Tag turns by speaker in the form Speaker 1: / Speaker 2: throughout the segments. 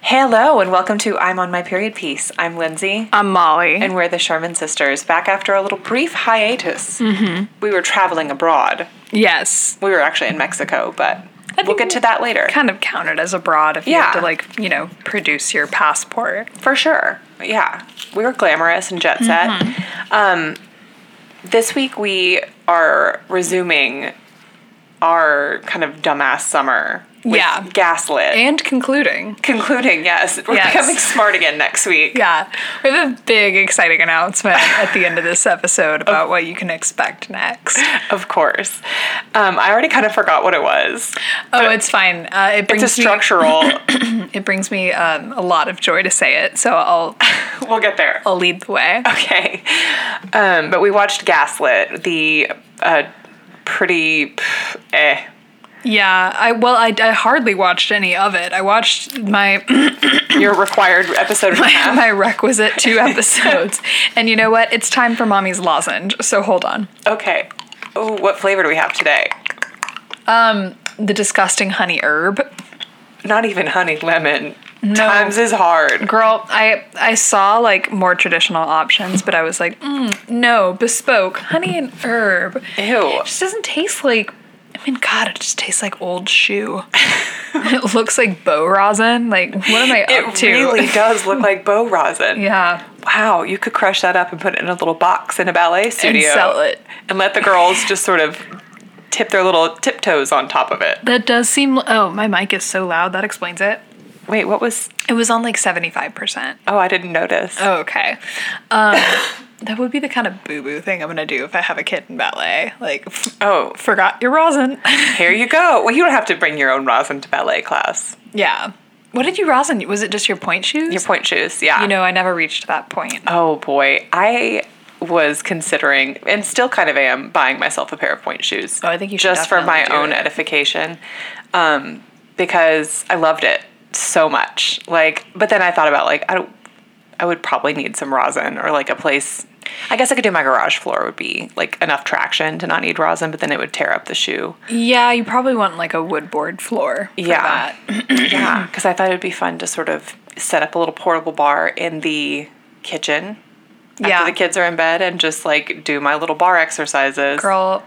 Speaker 1: Hello, and welcome to I'm on my period piece. I'm Lindsay,
Speaker 2: I'm Molly.
Speaker 1: and we're the Sherman sisters back after a little brief hiatus. Mm-hmm. We were traveling abroad.
Speaker 2: yes.
Speaker 1: We were actually in Mexico, but we'll
Speaker 2: think
Speaker 1: get to that later.
Speaker 2: Kind of counted as abroad if you have
Speaker 1: Yeah.
Speaker 2: to like, you know, produce your passport.
Speaker 1: For sure. Yeah. We were glamorous and jet set.
Speaker 2: Mm-hmm.
Speaker 1: Um, this week we are resuming our kind of dumbass summer. With
Speaker 2: Yeah.
Speaker 1: Gaslit.
Speaker 2: And concluding.
Speaker 1: Concluding, yes. We're
Speaker 2: Yes.
Speaker 1: becoming smart again next week.
Speaker 2: Yeah. We have a big exciting announcement at the end of this episode about what you can expect next.
Speaker 1: Of course. Um, I already kind of forgot what it was.
Speaker 2: Oh, it's fine. Uh, it brings
Speaker 1: It's a structural.
Speaker 2: me it brings me um, a lot of joy to say it, so I'll
Speaker 1: we'll get there.
Speaker 2: I'll lead the way.
Speaker 1: Okay. Um, but we watched Gaslit, the uh, pretty eh,
Speaker 2: Yeah. I well I, I hardly watched any of it. I watched my
Speaker 1: your required episode and a half.
Speaker 2: my requisite two episodes. and you know what? It's time for mommy's lozenge. So hold on.
Speaker 1: Okay. Oh, what flavor do we have today?
Speaker 2: The disgusting honey herb.
Speaker 1: Not even honey lemon. Times is hard.
Speaker 2: Girl, I I saw like more traditional options, but I was like, mm, no, bespoke honey and herb. It
Speaker 1: Ew.
Speaker 2: just doesn't taste like. I mean, God, it just tastes like old shoe. it looks like bow rosin. Like, what am I up
Speaker 1: It
Speaker 2: to?
Speaker 1: really does look like bow rosin.
Speaker 2: yeah,
Speaker 1: Wow, you could crush that up and put it in a little box in a ballet
Speaker 2: and
Speaker 1: studio
Speaker 2: sell it.
Speaker 1: and let the girls just sort of tip their little tiptoes on top of it.
Speaker 2: That does seem. Oh, my mic is so loud. That explains it.
Speaker 1: Wait, what was?
Speaker 2: It was on like seventy five percent.
Speaker 1: Oh, I didn't notice.
Speaker 2: Okay. Um, that would be the kind of boo boo thing I'm gonna do if I have a kid in ballet. Like, f-
Speaker 1: Oh,
Speaker 2: forgot your rosin.
Speaker 1: here you go. Well, you don't have to bring your own rosin to ballet class.
Speaker 2: yeah. What did you rosin? Was it just your point shoes?
Speaker 1: Your point shoes, yeah.
Speaker 2: You know, I never reached that point.
Speaker 1: Oh boy, I was considering and still kind of am buying myself a pair of point shoes.
Speaker 2: Oh, I think you should
Speaker 1: just for my
Speaker 2: definitely do
Speaker 1: own
Speaker 2: it.
Speaker 1: edification, um, because I loved it so much. Like, but then I thought about like I don't. I would probably need some rosin or like a place. I guess I could do my garage floor would be like enough traction to not need rosin, but then it would tear up the shoe.
Speaker 2: Yeah, you probably want like a wood board floor. For
Speaker 1: Yeah.
Speaker 2: That. Hmm.
Speaker 1: yeah, because I thought it would be fun to sort of set up a little portable bar in the kitchen
Speaker 2: Yeah.
Speaker 1: after the kids are in bed and just like do my little bar exercises.
Speaker 2: Girl,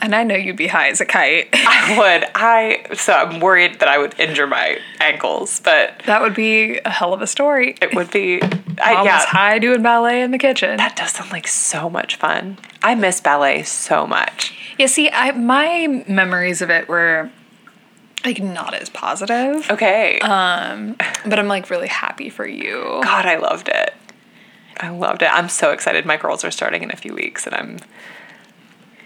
Speaker 2: and I know you'd be high as a kite.
Speaker 1: I would. I so I'm worried that I would injure my ankles, but
Speaker 2: that would be a hell of a story.
Speaker 1: it would be. I,
Speaker 2: Mom was
Speaker 1: yeah,
Speaker 2: high doing ballet in the kitchen.
Speaker 1: that does sound like so much fun. I miss ballet so much.
Speaker 2: Yeah, see, I my memories of it were like not as positive.
Speaker 1: Okay,
Speaker 2: Um, But I'm like really happy for you.
Speaker 1: God, I loved it. I loved it. I'm so excited. My girls are starting in a few weeks, and I'm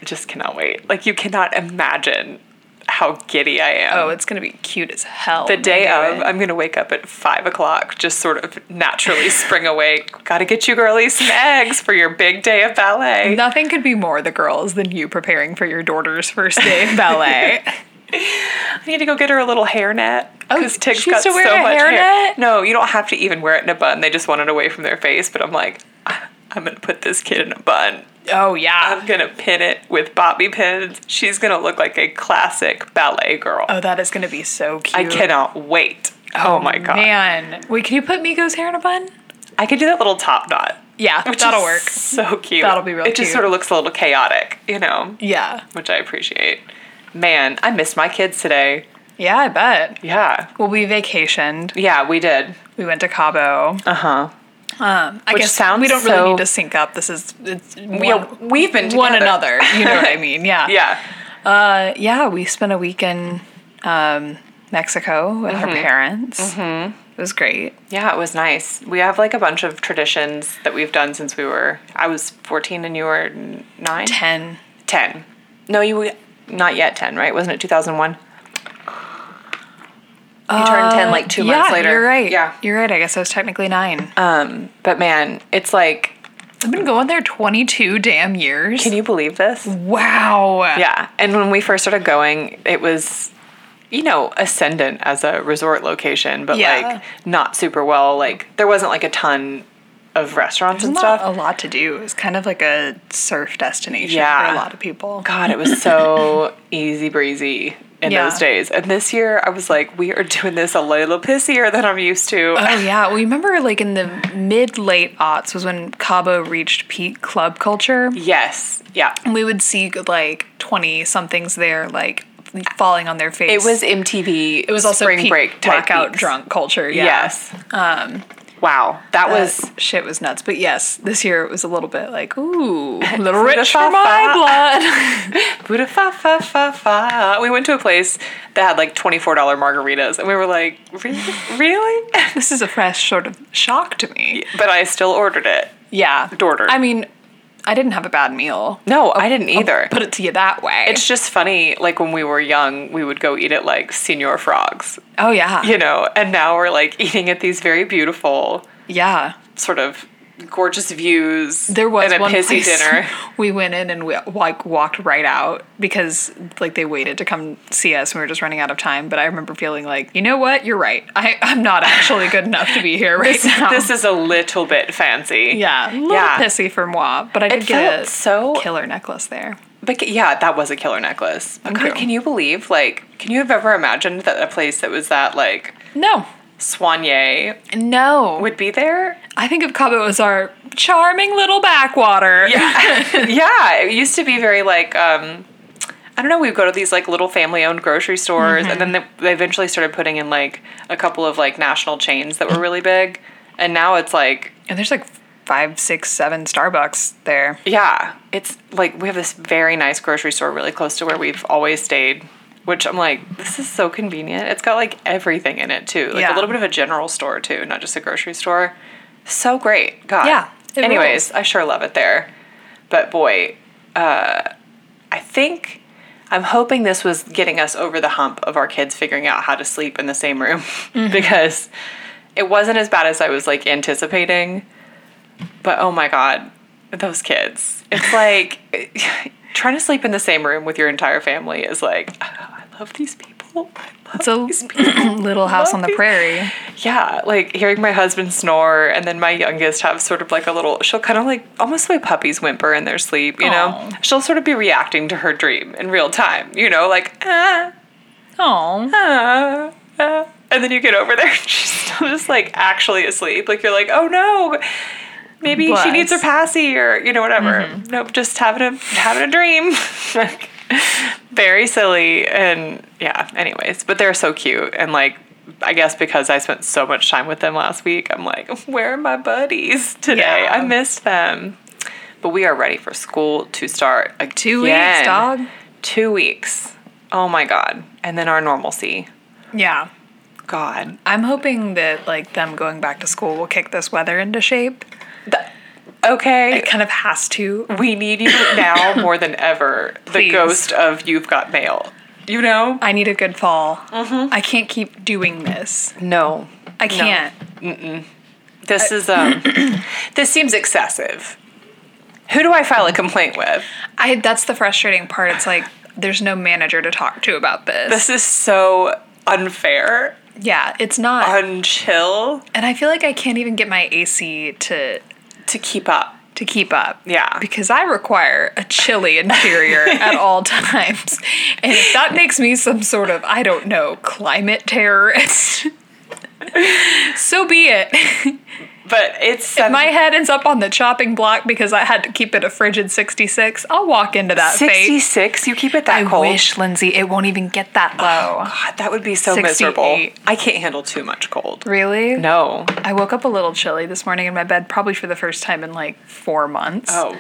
Speaker 1: I just cannot wait. Like you cannot imagine how giddy I am.
Speaker 2: Oh, it's gonna be cute as hell.
Speaker 1: The
Speaker 2: when they
Speaker 1: day
Speaker 2: do
Speaker 1: of,
Speaker 2: it.
Speaker 1: I'm gonna wake up at five o'clock, just sort of naturally spring awake. Gotta get you girlies some eggs for your big day of ballet.
Speaker 2: Nothing could be more the girls than you preparing for your daughter's first day of ballet.
Speaker 1: I need to go get her a little hairnet.
Speaker 2: Oh,
Speaker 1: because Tig's
Speaker 2: she
Speaker 1: got
Speaker 2: used to wear
Speaker 1: so
Speaker 2: a
Speaker 1: much hair.
Speaker 2: hairnet?
Speaker 1: No, you don't have to even wear it in a bun. They just want it away from their face. But I'm like, "Ah, I'm gonna put this kid in a bun.
Speaker 2: oh yeah.
Speaker 1: I'm gonna pin it with bobby pins. She's gonna look like a classic ballet girl.
Speaker 2: Oh, that is gonna be so cute.
Speaker 1: I cannot wait. Oh, my god.
Speaker 2: Man, wait, can you put Miko's hair in a bun?
Speaker 1: I could do that little top knot.
Speaker 2: Yeah,
Speaker 1: Which
Speaker 2: that'll
Speaker 1: is
Speaker 2: work.
Speaker 1: So cute.
Speaker 2: That'll be real
Speaker 1: It just
Speaker 2: cute.
Speaker 1: sort of looks a little chaotic, you know,
Speaker 2: Yeah.
Speaker 1: which I appreciate. Man, I missed my kids today.
Speaker 2: Yeah, I bet.
Speaker 1: Yeah.
Speaker 2: Well, we vacationed.
Speaker 1: Yeah, we did.
Speaker 2: We went to Cabo.
Speaker 1: Uh huh.
Speaker 2: Um, I
Speaker 1: Which
Speaker 2: guess
Speaker 1: sounds
Speaker 2: we don't really
Speaker 1: so-
Speaker 2: need to sync up. This is it's one,
Speaker 1: We, we've been together.
Speaker 2: one another. You know what I mean? Yeah.
Speaker 1: Yeah.
Speaker 2: Uh, yeah, we spent a week in um, Mexico with her parents. Mm-hmm. It was great.
Speaker 1: Yeah, it was nice. We have like a bunch of traditions that we've done since we were, I was 14 and you were n- nine?
Speaker 2: 10.
Speaker 1: 10. No, you were not yet 10, right? Wasn't it 2001? You turned 10 like two months later.
Speaker 2: You're right.
Speaker 1: Yeah.
Speaker 2: You're right. I guess I was technically nine.
Speaker 1: Um, but man, it's like,
Speaker 2: I've been going there 22 damn years.
Speaker 1: can you believe this?
Speaker 2: wow.
Speaker 1: Yeah. And when we first started going, it was, you know, ascendant as a resort location, but
Speaker 2: Yeah.
Speaker 1: like not super well. Like there wasn't like a ton of restaurants and
Speaker 2: There's
Speaker 1: stuff.
Speaker 2: not a lot to do. It's kind of like a surf destination
Speaker 1: Yeah.
Speaker 2: for a lot of people.
Speaker 1: God, it was so easy breezy in
Speaker 2: Yeah.
Speaker 1: those days. And this year, I was like, we are doing this a little pissier than I'm used to.
Speaker 2: Oh yeah, well you remember like in the mid late aughts was when Cabo reached peak club culture.
Speaker 1: yes. Yeah.
Speaker 2: And we would see like twenty somethings there like falling on their face.
Speaker 1: It was MTV. It
Speaker 2: it was also
Speaker 1: spring
Speaker 2: peak
Speaker 1: break type
Speaker 2: blackout
Speaker 1: peaks.
Speaker 2: drunk Um, uh, culture. Yeah.
Speaker 1: Yes. wow. That was
Speaker 2: was shit was nuts. But yes, this year it was a little bit like ooh, a little rich for
Speaker 1: fa- fa.
Speaker 2: my
Speaker 1: Buddha fa fa fa fa. We went to a place that had like twenty four dollar margaritas, and we were like, really, really?
Speaker 2: blood. this is a fresh sort of shock to me.
Speaker 1: but I still ordered it.
Speaker 2: Yeah,
Speaker 1: Daughter.
Speaker 2: I mean, I didn't have a bad meal.
Speaker 1: No, I didn't
Speaker 2: Oh,
Speaker 1: either.
Speaker 2: Put it to you that way.
Speaker 1: It's just funny. Like when we were young, we would go eat at like Senior Frogs,
Speaker 2: oh yeah,
Speaker 1: you know, and now we're like eating at these very beautiful,
Speaker 2: yeah.
Speaker 1: sort of gorgeous views.
Speaker 2: There was
Speaker 1: and a
Speaker 2: one
Speaker 1: pissy
Speaker 2: place
Speaker 1: dinner.
Speaker 2: we went in and we like walked right out because like they waited to come see us and we were just running out of time. But I remember feeling like, you know what, you're right. I, I'm not actually good enough to be here right now.
Speaker 1: This is a little bit fancy.
Speaker 2: yeah, a little
Speaker 1: Yeah.
Speaker 2: pissy for moi, but I did
Speaker 1: It
Speaker 2: get
Speaker 1: felt
Speaker 2: a
Speaker 1: so
Speaker 2: killer necklace there.
Speaker 1: But c- yeah, that was a killer necklace. But God,
Speaker 2: you.
Speaker 1: can you believe? Like, can you have ever imagined that a place that was that like
Speaker 2: No,
Speaker 1: soigné
Speaker 2: no.
Speaker 1: would be there?
Speaker 2: I think of Cabo as our charming little backwater.
Speaker 1: yeah, it used to be very like um, I don't know. We'd go to these like little family-owned grocery stores, and then they, they eventually started putting in like a couple of like national chains that were really big, and now it's like
Speaker 2: And there's like five, six, seven Starbucks there.
Speaker 1: yeah, it's like we have this very nice grocery store really close to where we've always stayed. Which I'm like, this is so convenient. It's got like everything in it too, like
Speaker 2: Yeah.
Speaker 1: a little bit of a general store too, not just a grocery store. So great, God.
Speaker 2: Yeah, it
Speaker 1: Anyways, I sure love it there, but boy, uh, I think I'm hoping this was getting us over the hump of our kids figuring out how to sleep in the same room
Speaker 2: Mm-hmm.
Speaker 1: because it wasn't as bad as I was like anticipating. But oh my god, those kids. It's like trying to sleep in the same room with your entire family is like, oh, I love these people. I love
Speaker 2: It's a
Speaker 1: these people.
Speaker 2: little house on the prairie.
Speaker 1: Yeah, like hearing my husband snore and then my youngest have sort of like a little, she'll kind of like almost the way puppies whimper in their sleep, you know?
Speaker 2: Aw.
Speaker 1: She'll sort of be reacting to her dream in real time, you know, like, ah,
Speaker 2: Oh.
Speaker 1: ah, ah. And then you get over there and she's still just like actually asleep. Like you're like, oh no, maybe she
Speaker 2: Bless.
Speaker 1: needs her passy or, you know, whatever.
Speaker 2: Mm-hmm.
Speaker 1: Nope, just having a, having a dream. like, very silly. And yeah, anyways, but they're so cute. And like, I guess because I spent so much time with them last week, I'm like, where are my buddies today?
Speaker 2: Yeah.
Speaker 1: I missed them. But we are ready for school to start again.
Speaker 2: Two weeks, dog.
Speaker 1: Two weeks. Oh my God. And then our normalcy.
Speaker 2: Yeah.
Speaker 1: God.
Speaker 2: I'm hoping that like them going back to school will kick this weather into shape.
Speaker 1: Th- okay.
Speaker 2: It kind of has to.
Speaker 1: we need you now more than ever. The
Speaker 2: Please.
Speaker 1: ghost of you've got mail. You know?
Speaker 2: I need a good fall. I can't keep doing this.
Speaker 1: No.
Speaker 2: I can't.
Speaker 1: This is um this seems excessive. Who do I file a complaint with?
Speaker 2: I that's the frustrating part. It's like there's no manager to talk to about this.
Speaker 1: This is so unfair,
Speaker 2: Yeah, it's not.
Speaker 1: unchill
Speaker 2: and I feel like I can't even get my AC to
Speaker 1: to keep up.
Speaker 2: to keep up.
Speaker 1: Yeah.
Speaker 2: Because I require a chilly interior at all times. And if that makes me some sort of, I don't know, climate terrorist, so be it.
Speaker 1: But it's some-
Speaker 2: My head ends up on the chopping block because I had to keep it a frigid 66. I'll walk into that fate.
Speaker 1: 66. You keep it that
Speaker 2: I
Speaker 1: cold. Oh,
Speaker 2: wish, Lindsay, it won't even get that low.
Speaker 1: God, that would be so miserable.
Speaker 2: 68.
Speaker 1: I can't handle too much cold.
Speaker 2: Really?
Speaker 1: No.
Speaker 2: I woke up a little chilly this morning in my bed, probably for the first time in like four months.
Speaker 1: Oh.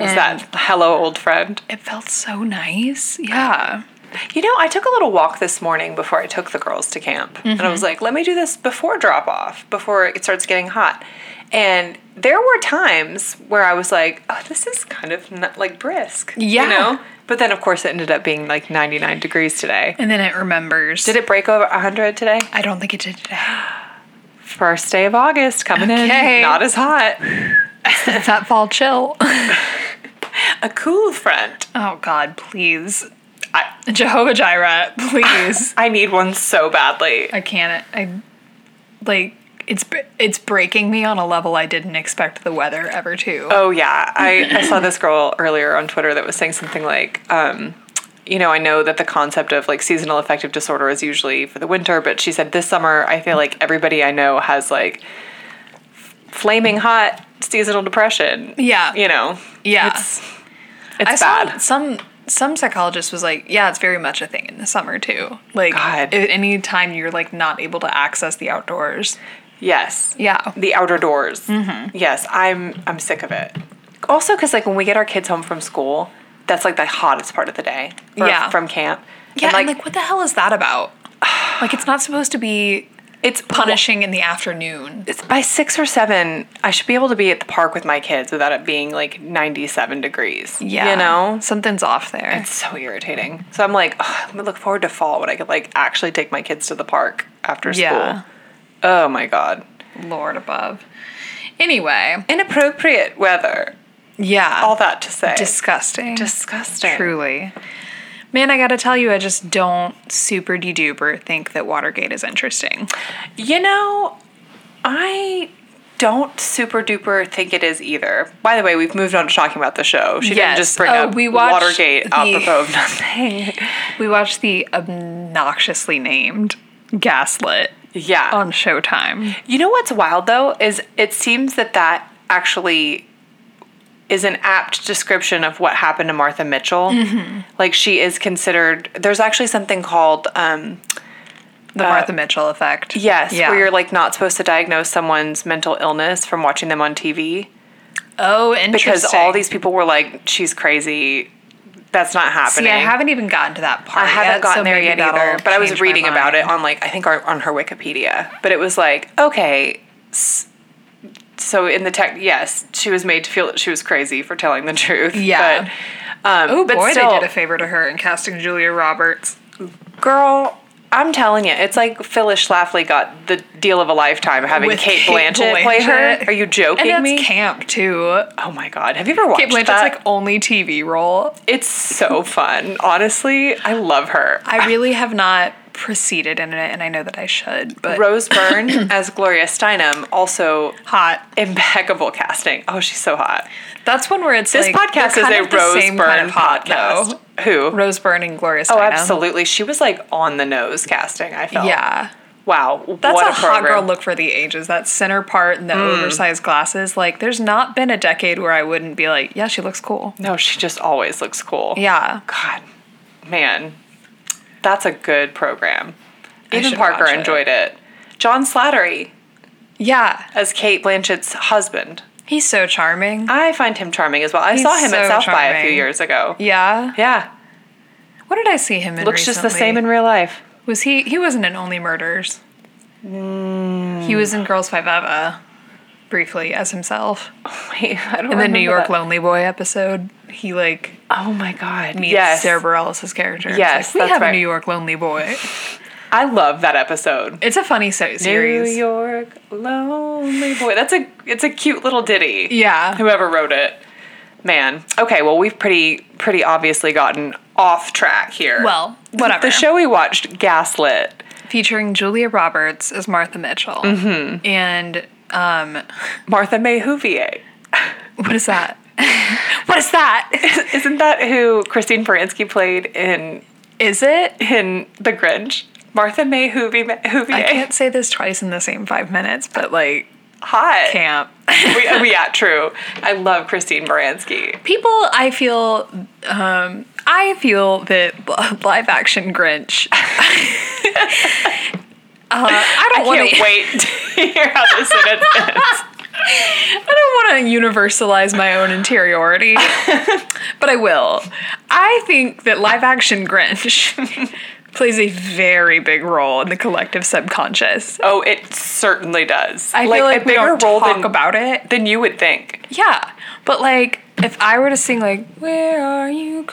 Speaker 1: Is that hello old friend?
Speaker 2: It felt so nice. Yeah.
Speaker 1: You know, I took a little walk this morning before I took the girls to camp. And
Speaker 2: Mm-hmm.
Speaker 1: I was like, let me do this before drop off, before it starts getting hot. And there were times where I was like, oh, this is kind of not, like brisk.
Speaker 2: Yeah.
Speaker 1: You know? But then, of course, it ended up being like 99 degrees today.
Speaker 2: And then it remembers.
Speaker 1: Did it break over 100 today?
Speaker 2: I don't think it did today.
Speaker 1: First day of August coming
Speaker 2: Okay.
Speaker 1: in. Not as hot.
Speaker 2: It's that fall chill.
Speaker 1: A cool front.
Speaker 2: Oh God, please,
Speaker 1: I,
Speaker 2: Jehovah Jireh, please.
Speaker 1: I need one so badly.
Speaker 2: I can't. I like. it's it's breaking me on a level I didn't expect the weather ever to.
Speaker 1: Oh yeah, I, I saw this girl earlier on Twitter that was saying something like, um, you know, I know that the concept of like seasonal affective disorder is usually for the winter, but she said this summer I feel like everybody I know has like flaming hot seasonal depression.
Speaker 2: Yeah.
Speaker 1: you know.
Speaker 2: Yeah.
Speaker 1: it's, it's
Speaker 2: I saw
Speaker 1: bad.
Speaker 2: some some psychologist was like, yeah, it's very much a thing in the summer too. Like
Speaker 1: God.
Speaker 2: at any time you're like not able to access the outdoors.
Speaker 1: Yes.
Speaker 2: Yeah.
Speaker 1: The outer doors. Mm-hmm. Yes, I'm I'm sick of it. Also, because like when we get our kids home from school, that's like the hottest part of the day. Or
Speaker 2: Yeah.
Speaker 1: From camp.
Speaker 2: Yeah, and like, what the hell is that about? like it's not supposed to be
Speaker 1: it's
Speaker 2: punishing in the afternoon.
Speaker 1: It's by six or seven. I should be able to be at the park with my kids without it being like 97 degrees.
Speaker 2: Yeah.
Speaker 1: You know.
Speaker 2: Something's off there.
Speaker 1: It's so irritating. So I'm like, "Ugh, I look forward to fall when I could like actually take my kids to the park after school.
Speaker 2: Yeah.
Speaker 1: Oh my god.
Speaker 2: Lord above. Anyway,
Speaker 1: Inappropriate weather.
Speaker 2: yeah.
Speaker 1: All that to say.
Speaker 2: disgusting.
Speaker 1: disgusting.
Speaker 2: Truly. Man, I gotta tell you, I just don't super de duper think that Watergate is interesting.
Speaker 1: You know, I don't super duper think it is either. By the way, we've moved on to talking about the show. She didn't
Speaker 2: Yes.
Speaker 1: just bring
Speaker 2: Oh,
Speaker 1: up
Speaker 2: we watched
Speaker 1: Watergate
Speaker 2: the-
Speaker 1: apropos of nothing.
Speaker 2: We watched the obnoxiously named Gaslit
Speaker 1: yeah.
Speaker 2: on Showtime.
Speaker 1: you know what's wild though is it seems that that actually is an apt description of what happened to Martha Mitchell.
Speaker 2: Mm-hmm.
Speaker 1: Like she is considered. There's actually something called um,
Speaker 2: The Martha Mitchell effect.
Speaker 1: Uh, yes,
Speaker 2: Yeah.
Speaker 1: where you're like not supposed to diagnose someone's mental illness from watching them on TV.
Speaker 2: oh, interesting.
Speaker 1: because all these people were like, "She's crazy. That's not happening."
Speaker 2: See, I haven't even gotten to that part.
Speaker 1: I haven't
Speaker 2: yet,
Speaker 1: gotten
Speaker 2: so
Speaker 1: there
Speaker 2: maybe
Speaker 1: yet
Speaker 2: that'll
Speaker 1: either. But I was
Speaker 2: change my
Speaker 1: reading
Speaker 2: mind.
Speaker 1: about it on like I think our, on her Wikipedia. But it was like, okay, s- so in the tech, yes, she was made to feel that she was crazy for telling the truth.
Speaker 2: Yeah.
Speaker 1: But, um,
Speaker 2: Oh
Speaker 1: but
Speaker 2: boy,
Speaker 1: still,
Speaker 2: they did a favor to her in casting Julia Roberts.
Speaker 1: girl. I'm telling you, it's like Phyllis Schlafly got the deal of a lifetime having
Speaker 2: With
Speaker 1: Kate,
Speaker 2: Kate
Speaker 1: Blanchett, play her.
Speaker 2: Blanchett.
Speaker 1: Are you joking
Speaker 2: And that's
Speaker 1: me?
Speaker 2: camp too.
Speaker 1: oh my god, have you ever watched
Speaker 2: Kate Blanchett's
Speaker 1: that?
Speaker 2: like only TV role.
Speaker 1: It's so fun. Honestly, I love her.
Speaker 2: I really have not proceeded in it, and I know that I should, but
Speaker 1: Rose Byrne as Gloria Steinem, also
Speaker 2: hot.
Speaker 1: impeccable casting. Oh, she's so hot.
Speaker 2: That's one where it's
Speaker 1: This
Speaker 2: like,
Speaker 1: podcast
Speaker 2: they're
Speaker 1: is
Speaker 2: kind
Speaker 1: a
Speaker 2: of the
Speaker 1: Rose
Speaker 2: same
Speaker 1: Byrne
Speaker 2: kind of hot,
Speaker 1: podcast.
Speaker 2: though.
Speaker 1: Who?
Speaker 2: Rose Byrne and Gloria Steinem.
Speaker 1: Oh, absolutely. She was like on the nose casting, I felt.
Speaker 2: Yeah.
Speaker 1: Wow.
Speaker 2: That's
Speaker 1: what
Speaker 2: a, hot
Speaker 1: program. Hmm.
Speaker 2: girl look for the ages. That center part and the oversized glasses. Like, there's not been a decade where I wouldn't be like, yeah, she looks cool.
Speaker 1: No, she just always looks cool.
Speaker 2: Yeah.
Speaker 1: God, man, that's a good program.
Speaker 2: I
Speaker 1: Even
Speaker 2: should
Speaker 1: Parker
Speaker 2: watch it.
Speaker 1: enjoyed it. John Slattery
Speaker 2: Yeah.
Speaker 1: as Kate Blanchett's husband.
Speaker 2: He's so charming.
Speaker 1: I find him charming as well. I
Speaker 2: He's
Speaker 1: saw him at
Speaker 2: so
Speaker 1: South by a few
Speaker 2: charming.
Speaker 1: years ago.
Speaker 2: yeah.
Speaker 1: Yeah,
Speaker 2: What did I see him in?
Speaker 1: looks just the
Speaker 2: recently?
Speaker 1: same in real life.
Speaker 2: Was he? He wasn't in Only Murders.
Speaker 1: Mm.
Speaker 2: He was in Girls Five Eva, briefly as himself.
Speaker 1: Wait, I don't.
Speaker 2: In the New York
Speaker 1: That.
Speaker 2: Lonely Boy episode, he like
Speaker 1: Oh my God!
Speaker 2: meets
Speaker 1: yes,
Speaker 2: Sarah Bareilles' character. and
Speaker 1: Yes,
Speaker 2: it's like, we
Speaker 1: that's
Speaker 2: have
Speaker 1: right.
Speaker 2: a New York Lonely Boy.
Speaker 1: I love that episode.
Speaker 2: It's a funny so- series.
Speaker 1: New York lonely boy. That's a it's a cute little ditty.
Speaker 2: Yeah.
Speaker 1: Whoever wrote it, man. Okay, well we've pretty pretty obviously gotten off track here.
Speaker 2: Well, whatever.
Speaker 1: The show we watched, Gaslit.
Speaker 2: featuring Julia Roberts as Martha Mitchell,
Speaker 1: Mm-hmm.
Speaker 2: and um,
Speaker 1: Martha May Huvier.
Speaker 2: what is that? what is that?
Speaker 1: Isn't that who Christine Baranski played in
Speaker 2: Is it?
Speaker 1: in The Grinch? Martha May Huvi-
Speaker 2: I
Speaker 1: Huvier.
Speaker 2: can't say this twice in the same five minutes, but like
Speaker 1: Hot.
Speaker 2: camp.
Speaker 1: we, we, yeah, true. I love Christine Baranski.
Speaker 2: people i feel um i feel that li- live action grinch uh, i
Speaker 1: I
Speaker 2: don't want
Speaker 1: can't
Speaker 2: to
Speaker 1: wait to hear how this sentence ends.
Speaker 2: i don't want to universalize my own interiority but i will i think that live action grinch plays a very big role in the collective subconscious
Speaker 1: Oh, it certainly does.
Speaker 2: i feel like
Speaker 1: a
Speaker 2: we
Speaker 1: bigger
Speaker 2: don't
Speaker 1: role
Speaker 2: talk
Speaker 1: than,
Speaker 2: about it
Speaker 1: than you would think.
Speaker 2: Yeah, but like if I were to sing like "Where Are You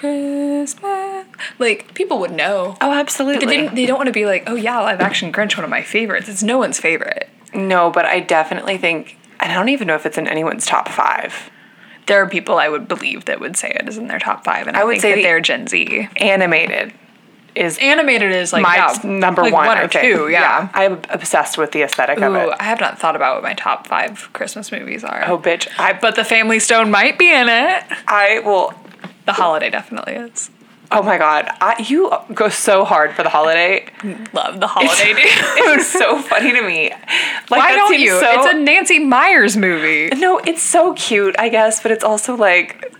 Speaker 2: Christmas," like people would know.
Speaker 1: Oh, absolutely.
Speaker 2: But they, didn't, they don't want to be like, "Oh yeah, live action Grinch, one of my favorites." It's no one's favorite.
Speaker 1: no, but I definitely think, and I don't even know if it's in anyone's top five.
Speaker 2: There are people I would believe that would say it is in their top five, and I,
Speaker 1: would
Speaker 2: think
Speaker 1: say
Speaker 2: that
Speaker 1: the-
Speaker 2: they're Gen Z.
Speaker 1: Animated is
Speaker 2: Animated is like
Speaker 1: my
Speaker 2: yeah,
Speaker 1: number
Speaker 2: like
Speaker 1: one,
Speaker 2: one or
Speaker 1: okay.
Speaker 2: two. Yeah.
Speaker 1: I'm obsessed with the aesthetic of
Speaker 2: Ooh,
Speaker 1: it.
Speaker 2: I have not thought about what my top five Christmas movies are.
Speaker 1: Oh, bitch! I but
Speaker 2: But The Family Stone might be in it.
Speaker 1: I will.
Speaker 2: The Holiday definitely is.
Speaker 1: Oh my god! I, you go so hard for the holiday.
Speaker 2: Love The Holiday, dude.
Speaker 1: It was so funny to me. Like,
Speaker 2: Why
Speaker 1: that
Speaker 2: don't
Speaker 1: seems
Speaker 2: you?
Speaker 1: so-
Speaker 2: It's a Nancy Myers movie.
Speaker 1: no. It's so cute, I guess, but it's also like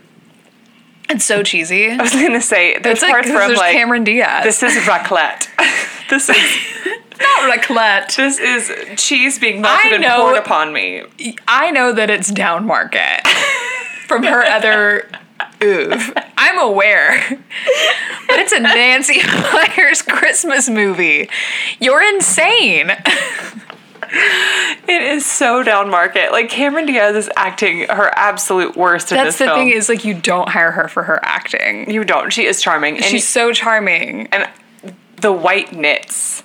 Speaker 2: It's so cheesy.
Speaker 1: I was gonna say. There's
Speaker 2: It's like,
Speaker 1: parts
Speaker 2: 'cause
Speaker 1: where I'm
Speaker 2: there's
Speaker 1: like,
Speaker 2: Cameron Diaz.
Speaker 1: this is raclette. this is
Speaker 2: not raclette.
Speaker 1: this is cheese being melted
Speaker 2: I
Speaker 1: and
Speaker 2: know-
Speaker 1: poured upon me.
Speaker 2: I know that it's down market from her other oof. I'm aware. But it's a Nancy Myers Christmas movie. You're insane.
Speaker 1: It is so down market. Like Cameron Diaz is acting her absolute worst in
Speaker 2: That's
Speaker 1: this
Speaker 2: the
Speaker 1: film.
Speaker 2: thing is like you don't hire her for her acting.
Speaker 1: you don't. She is charming, and
Speaker 2: She's so charming.
Speaker 1: and the white knits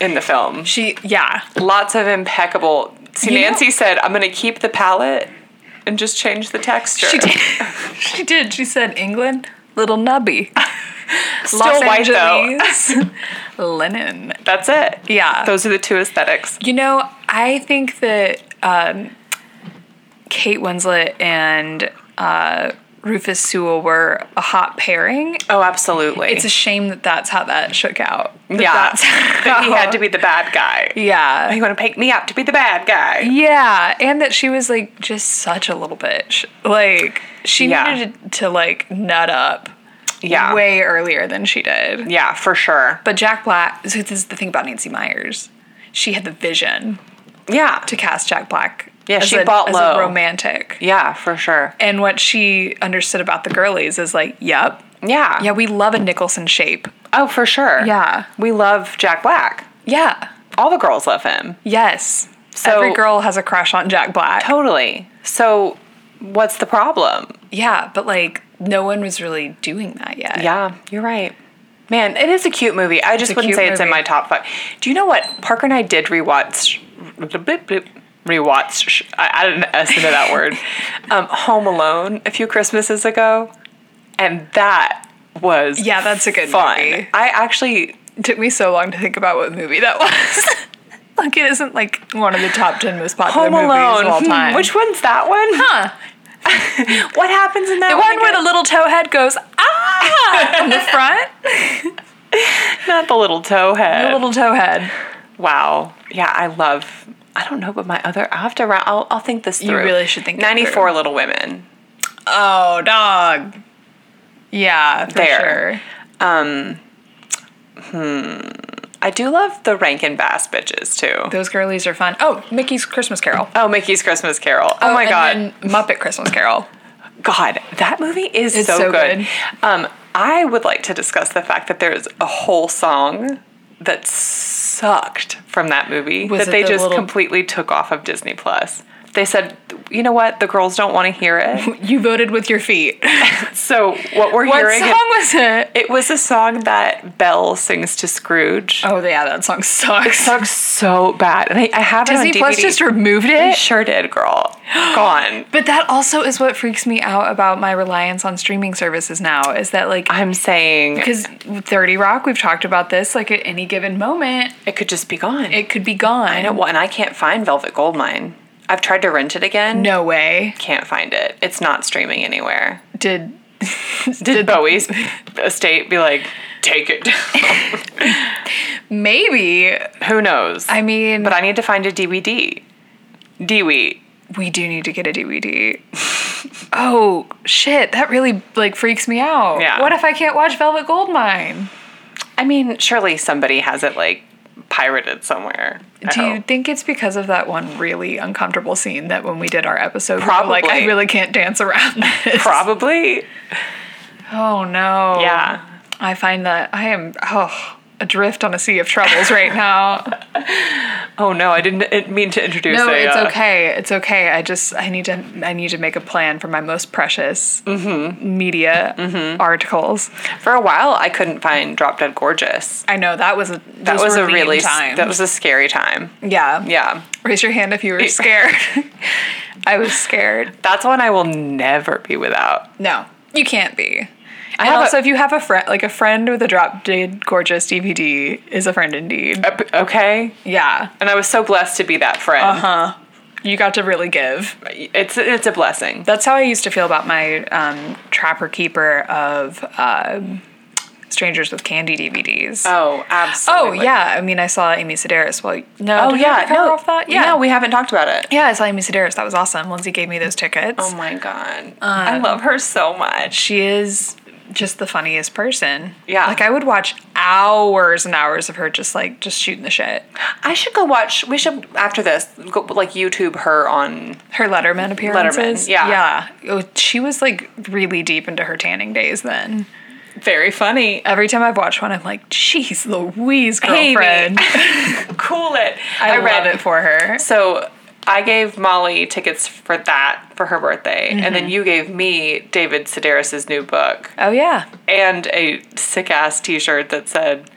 Speaker 1: in the film.
Speaker 2: She yeah.
Speaker 1: Lots of impeccable. See,
Speaker 2: You know-
Speaker 1: Nancy said, "I'm going to keep the palette and just change the texture."
Speaker 2: She did. she did. She said England, little nubby.
Speaker 1: Still white, though.
Speaker 2: though. linen.
Speaker 1: That's it.
Speaker 2: Yeah.
Speaker 1: Those are the two aesthetics.
Speaker 2: You know, I think that um, Kate Winslet and uh, Rufus Sewell were a hot pairing.
Speaker 1: Oh, absolutely.
Speaker 2: It's a shame that that's how that shook out. That
Speaker 1: yeah.
Speaker 2: that's
Speaker 1: That he had to be the bad guy.
Speaker 2: Yeah.
Speaker 1: You want to pick me up to be the bad guy?
Speaker 2: Yeah, and that she was like just such a little bitch. Like she
Speaker 1: Yeah.
Speaker 2: needed to like nut up
Speaker 1: Yeah.
Speaker 2: way earlier than she did.
Speaker 1: Yeah, for sure.
Speaker 2: But Jack Black, so this is the thing about Nancy Myers. She had the vision
Speaker 1: Yeah.
Speaker 2: to cast Jack Black.
Speaker 1: Yeah,
Speaker 2: as
Speaker 1: she
Speaker 2: a-
Speaker 1: bought
Speaker 2: as
Speaker 1: low.
Speaker 2: a romantic.
Speaker 1: Yeah, for sure.
Speaker 2: And what she understood about the girlies is like, yep,
Speaker 1: Yeah.
Speaker 2: yeah, we love a Nicholson shape.
Speaker 1: Oh, for sure.
Speaker 2: Yeah.
Speaker 1: We love Jack Black.
Speaker 2: Yeah.
Speaker 1: All the girls love him.
Speaker 2: Yes.
Speaker 1: So-
Speaker 2: Every girl has a crush on Jack Black.
Speaker 1: Totally. So, what's the problem?
Speaker 2: Yeah, but like no one was really doing that yet.
Speaker 1: Yeah, you're right. Man, it is a cute movie. I just
Speaker 2: a
Speaker 1: wouldn't
Speaker 2: cute
Speaker 1: say it's in
Speaker 2: movie.
Speaker 1: my top five. Do you know what? Parker and I did rewatch. Rewatch. I, I didn't estimate that word. Um, Home Alone a few Christmases ago. And that was
Speaker 2: Yeah, that's a good
Speaker 1: fun.
Speaker 2: movie.
Speaker 1: I actually.
Speaker 2: It took me so long to think about what movie that was. like it isn't like one of the top ten most popular
Speaker 1: Home Alone.
Speaker 2: movies of all
Speaker 1: hmm,
Speaker 2: time.
Speaker 1: Which one's that one?
Speaker 2: huh?
Speaker 1: What happens in that
Speaker 2: The one where the little toe head goes ah in the front.
Speaker 1: Not the little toe head.
Speaker 2: The little toe head.
Speaker 1: Wow. Yeah, I love. I don't know, but my other. I will have to. ra- I'll, I'll think this through.
Speaker 2: really should think it
Speaker 1: Ninety four Little Women.
Speaker 2: Oh, dog. Yeah, for
Speaker 1: There.
Speaker 2: sure.
Speaker 1: I do love the Rankin Bass bitches too.
Speaker 2: Those girlies are fun. Oh, Mickey's Christmas Carol.
Speaker 1: Oh, Mickey's Christmas Carol. Oh, my
Speaker 2: and
Speaker 1: god.
Speaker 2: then Muppet Christmas Carol.
Speaker 1: God, that movie is
Speaker 2: It's
Speaker 1: so,
Speaker 2: so
Speaker 1: good.
Speaker 2: good.
Speaker 1: Um, I would like to discuss the fact that there's a whole song that sucked from that movie
Speaker 2: Was
Speaker 1: that
Speaker 2: it
Speaker 1: they
Speaker 2: the
Speaker 1: just
Speaker 2: little-
Speaker 1: completely took off of Disney Plus. They said, "You know what? The girls don't want to hear it."
Speaker 2: You voted with your feet.
Speaker 1: so, what we're
Speaker 2: What
Speaker 1: hearing
Speaker 2: song was it?
Speaker 1: It was a song that Belle sings to Scrooge.
Speaker 2: Oh yeah, that song sucks.
Speaker 1: Sucks so bad, and I, I have
Speaker 2: Disney
Speaker 1: it on DVD.
Speaker 2: Plus just removed
Speaker 1: They
Speaker 2: it.
Speaker 1: sure did, girl. Gone.
Speaker 2: But that also is what freaks me out about my reliance on streaming services now is that like
Speaker 1: I'm saying
Speaker 2: because 30 Rock, we've talked about this, like at any given moment,
Speaker 1: it could just be gone.
Speaker 2: it could be gone. I
Speaker 1: Well, and I can't find Velvet Goldmine. I've tried to rent it again.
Speaker 2: No way.
Speaker 1: Can't find it. It's not streaming anywhere.
Speaker 2: Did
Speaker 1: Did Bowie's estate be like, take it? down"?
Speaker 2: maybe.
Speaker 1: Who knows?
Speaker 2: I mean,
Speaker 1: but I need to find a DVD. Dewey.
Speaker 2: we do need to get a DVD. oh shit, that really like freaks me out.
Speaker 1: Yeah.
Speaker 2: What if I can't watch Velvet Goldmine?
Speaker 1: I mean, surely somebody has it like pirated somewhere. I
Speaker 2: Do you
Speaker 1: hope.
Speaker 2: think it's because of that one really uncomfortable scene that when we did our episode, we were like I
Speaker 1: Probably.
Speaker 2: really can't dance around this.
Speaker 1: Probably.
Speaker 2: Oh no.
Speaker 1: Yeah.
Speaker 2: I find that I am oh adrift on a sea of troubles right now.
Speaker 1: Oh no, I didn't it- mean to introduce.
Speaker 2: no,
Speaker 1: a,
Speaker 2: it's
Speaker 1: uh,
Speaker 2: okay. It's okay. I just I need to I need to make a plan for my most precious
Speaker 1: Mm-hmm.
Speaker 2: media articles.
Speaker 1: For a while, I couldn't find Drop Dead Gorgeous.
Speaker 2: I know that was a
Speaker 1: That was a really s-
Speaker 2: time.
Speaker 1: that was a scary time.
Speaker 2: yeah
Speaker 1: Yeah,
Speaker 2: Raise your hand if you were scared. I was scared.
Speaker 1: that's one I will never be without.
Speaker 2: No, you can't be.
Speaker 1: I
Speaker 2: and
Speaker 1: have
Speaker 2: also,
Speaker 1: a-
Speaker 2: if you have a friend, like a friend with a drop dead gorgeous DVD, is a friend indeed.
Speaker 1: Up- Okay.
Speaker 2: yeah,
Speaker 1: And I was so blessed to be that friend.
Speaker 2: you got to really give.
Speaker 1: It's it's a blessing.
Speaker 2: That's how I used to feel about my um, Trapper Keeper of um, Strangers with Candy DVDs.
Speaker 1: Oh,
Speaker 2: oh
Speaker 1: absolutely.
Speaker 2: yeah, I mean, I saw Amy Sedaris. Well, no,
Speaker 1: Oh
Speaker 2: did we
Speaker 1: yeah.
Speaker 2: ever cover
Speaker 1: No.
Speaker 2: off that?
Speaker 1: Yeah.
Speaker 2: yeah,
Speaker 1: we haven't talked about it.
Speaker 2: yeah, I saw Amy Sedaris. That was awesome. Lindsay gave me those tickets.
Speaker 1: Oh my god. I love her so much.
Speaker 2: she is just the funniest person.
Speaker 1: Yeah.
Speaker 2: Like I would watch hours and hours of her just like just shooting the shit.
Speaker 1: I should go watch. We should after this go like YouTube her on.
Speaker 2: Her Letterman appearances.
Speaker 1: yeah.
Speaker 2: Yeah. Oh, She was like really deep into her tanning days then.
Speaker 1: Very funny. Uh,
Speaker 2: Every time I've watched one, I'm like, jeez Louise,
Speaker 1: Amy."
Speaker 2: girlfriend.
Speaker 1: Cool it.
Speaker 2: I,
Speaker 1: read
Speaker 2: love it for her.
Speaker 1: So I gave Molly tickets for that for her birthday, and then you gave me David Sedaris's new book
Speaker 2: Oh yeah.
Speaker 1: and a sick ass T-shirt that said.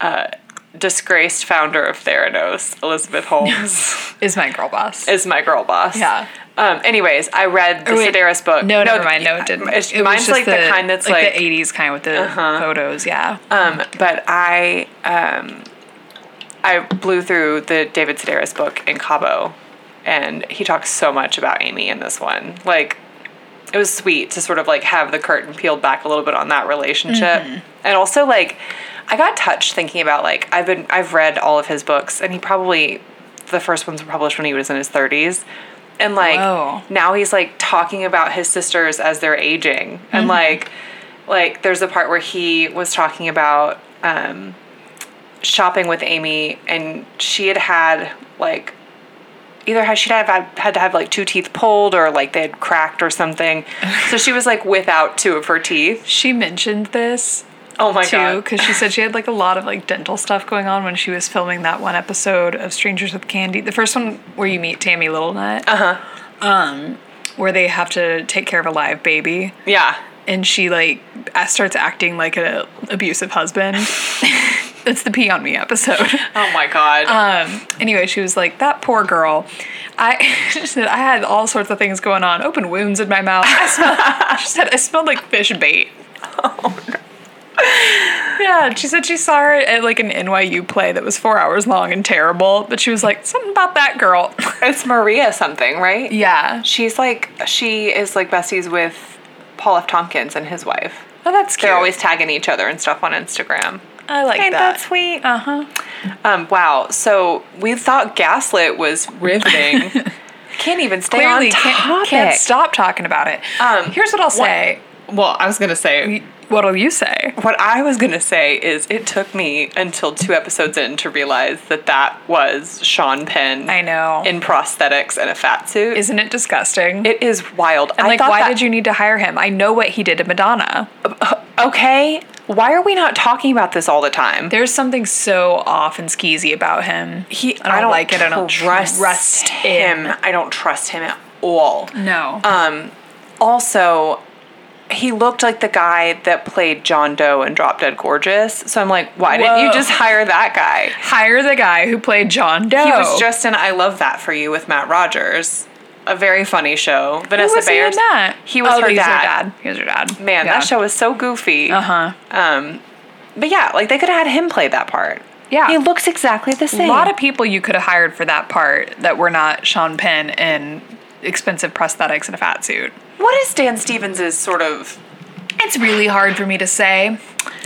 Speaker 1: Uh, Disgraced founder of Theranos, Elizabeth Holmes,
Speaker 2: Is my girl boss.
Speaker 1: is my girl boss.
Speaker 2: Yeah.
Speaker 1: Um, anyways, I read the
Speaker 2: Oh, wait.
Speaker 1: Sedaris book.
Speaker 2: no, never mind. No, it didn't.
Speaker 1: It's,
Speaker 2: It was
Speaker 1: mine's
Speaker 2: just
Speaker 1: like the, kind that's like, Uh-huh.
Speaker 2: the 80s kind with the photos. Yeah.
Speaker 1: Um, but I um, I blew through the David Sedaris book in Cabo, and he talks so much about Amy in this one. Like, it was sweet to sort of like have the curtain peeled back a little bit on that relationship, and also like I got touched thinking about like I've been I've read all of his books, and he probably the first ones were published when he was in his thirties. And like
Speaker 2: Whoa.
Speaker 1: now he's like talking about his sisters as they're aging, and like like there's a part where he was talking about um, shopping with Amy, and she had had like either had she'd have had, had to have like two teeth pulled or like they had cracked or something, so she was like without two of her teeth.
Speaker 2: She mentioned this
Speaker 1: Oh my
Speaker 2: too
Speaker 1: god!
Speaker 2: because she said she had like a lot of like dental stuff going on when she was filming that one episode of Strangers with Candy, the first one where you meet Tammy Little Nut. Uh huh. Um, where they have to take care of a live baby,
Speaker 1: Yeah,
Speaker 2: and she like a- starts acting like an abusive husband. it's the pee on me episode.
Speaker 1: oh my god!
Speaker 2: Um, anyway, she was like, "That poor girl." I she said I had all sorts of things going on, open wounds in my mouth. I smelled, she said I smelled like fish bait. Oh no. Yeah, she said she saw her at like an NYU play that was four hours long and terrible, but she was like, something about that girl.
Speaker 1: it's Maria something, right?
Speaker 2: yeah.
Speaker 1: She's like she is like besties with Paul F. Tompkins and his wife.
Speaker 2: Oh, that's cute.
Speaker 1: They're always tagging each other and stuff on Instagram.
Speaker 2: I like
Speaker 1: Ain't
Speaker 2: that.
Speaker 1: that sweet?
Speaker 2: Uh huh.
Speaker 1: Um, wow. So we thought Gaslit was riveting. can't even stay
Speaker 2: Clearly,
Speaker 1: on topic.
Speaker 2: can't, can't stop talking about it.
Speaker 1: Um,
Speaker 2: Here's what I'll say.
Speaker 1: Well, I was gonna say
Speaker 2: What'll you say?
Speaker 1: what I was gonna say is it took me until two episodes in to realize that that was Sean Penn.
Speaker 2: I know.
Speaker 1: In prosthetics and a fat suit.
Speaker 2: Isn't it disgusting?
Speaker 1: it is wild.
Speaker 2: And like, why did you need to hire him? I know what he did to Madonna.
Speaker 1: Okay. Why are we not talking about this all the time?
Speaker 2: There's something so off and skeezy about him.
Speaker 1: He,
Speaker 2: I don't like it. I don't trust him.
Speaker 1: I don't trust him at all.
Speaker 2: No.
Speaker 1: Um, also, he looked like the guy that played John Doe in Drop Dead Gorgeous. So I'm like, why didn't you
Speaker 2: Whoa.
Speaker 1: just hire that guy?
Speaker 2: hire the guy who played John Doe.
Speaker 1: He was just in I Love That for You with Matt Rogers, a very funny show. Vanessa
Speaker 2: Who was he in
Speaker 1: Bayer's
Speaker 2: that?
Speaker 1: He was
Speaker 2: Oh,
Speaker 1: her
Speaker 2: he's
Speaker 1: dad.
Speaker 2: He was her dad.
Speaker 1: Man,
Speaker 2: Yeah.
Speaker 1: that show was so goofy.
Speaker 2: Uh huh.
Speaker 1: Um, but yeah, like they could have had him play that part.
Speaker 2: Yeah.
Speaker 1: he looks exactly the
Speaker 2: A
Speaker 1: same.
Speaker 2: lot of people you could have hired for that part that were not Sean Penn in expensive prosthetics and a fat suit.
Speaker 1: what is Dan Stevens' sort of
Speaker 2: It's really hard for me to say.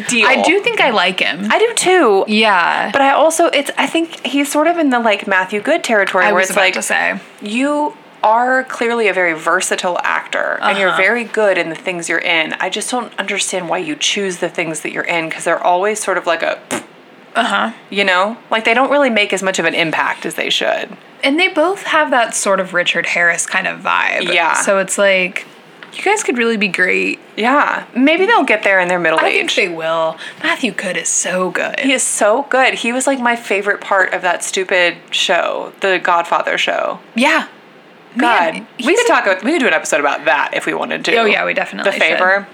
Speaker 1: deal?
Speaker 2: I do think I like him.
Speaker 1: I do too.
Speaker 2: yeah.
Speaker 1: But I also, it's I think he's sort of in the like Matthew Good territory
Speaker 2: I
Speaker 1: where
Speaker 2: was
Speaker 1: it's
Speaker 2: about
Speaker 1: like
Speaker 2: to say.
Speaker 1: you are clearly a very versatile actor and
Speaker 2: Uh-huh.
Speaker 1: you're very good in the things you're in. I just don't understand why you choose the things that you're in because they're always sort of like a, uh huh,
Speaker 2: Uh-huh.
Speaker 1: you know, like they don't really make as much of an impact as they should.
Speaker 2: And they both have that sort of Richard Harris kind of vibe.
Speaker 1: Yeah.
Speaker 2: So it's like, you guys could really be great.
Speaker 1: Yeah, maybe they'll get there in their middle
Speaker 2: I
Speaker 1: age.
Speaker 2: think they will. Matthew Good is so good.
Speaker 1: he is so good. He was like my favorite part of that stupid show, the Godfather show.
Speaker 2: Yeah.
Speaker 1: God,
Speaker 2: Man,
Speaker 1: we
Speaker 2: he's
Speaker 1: could talk. We could do an episode about that if we wanted to.
Speaker 2: Oh, yeah, we definitely
Speaker 1: The favor.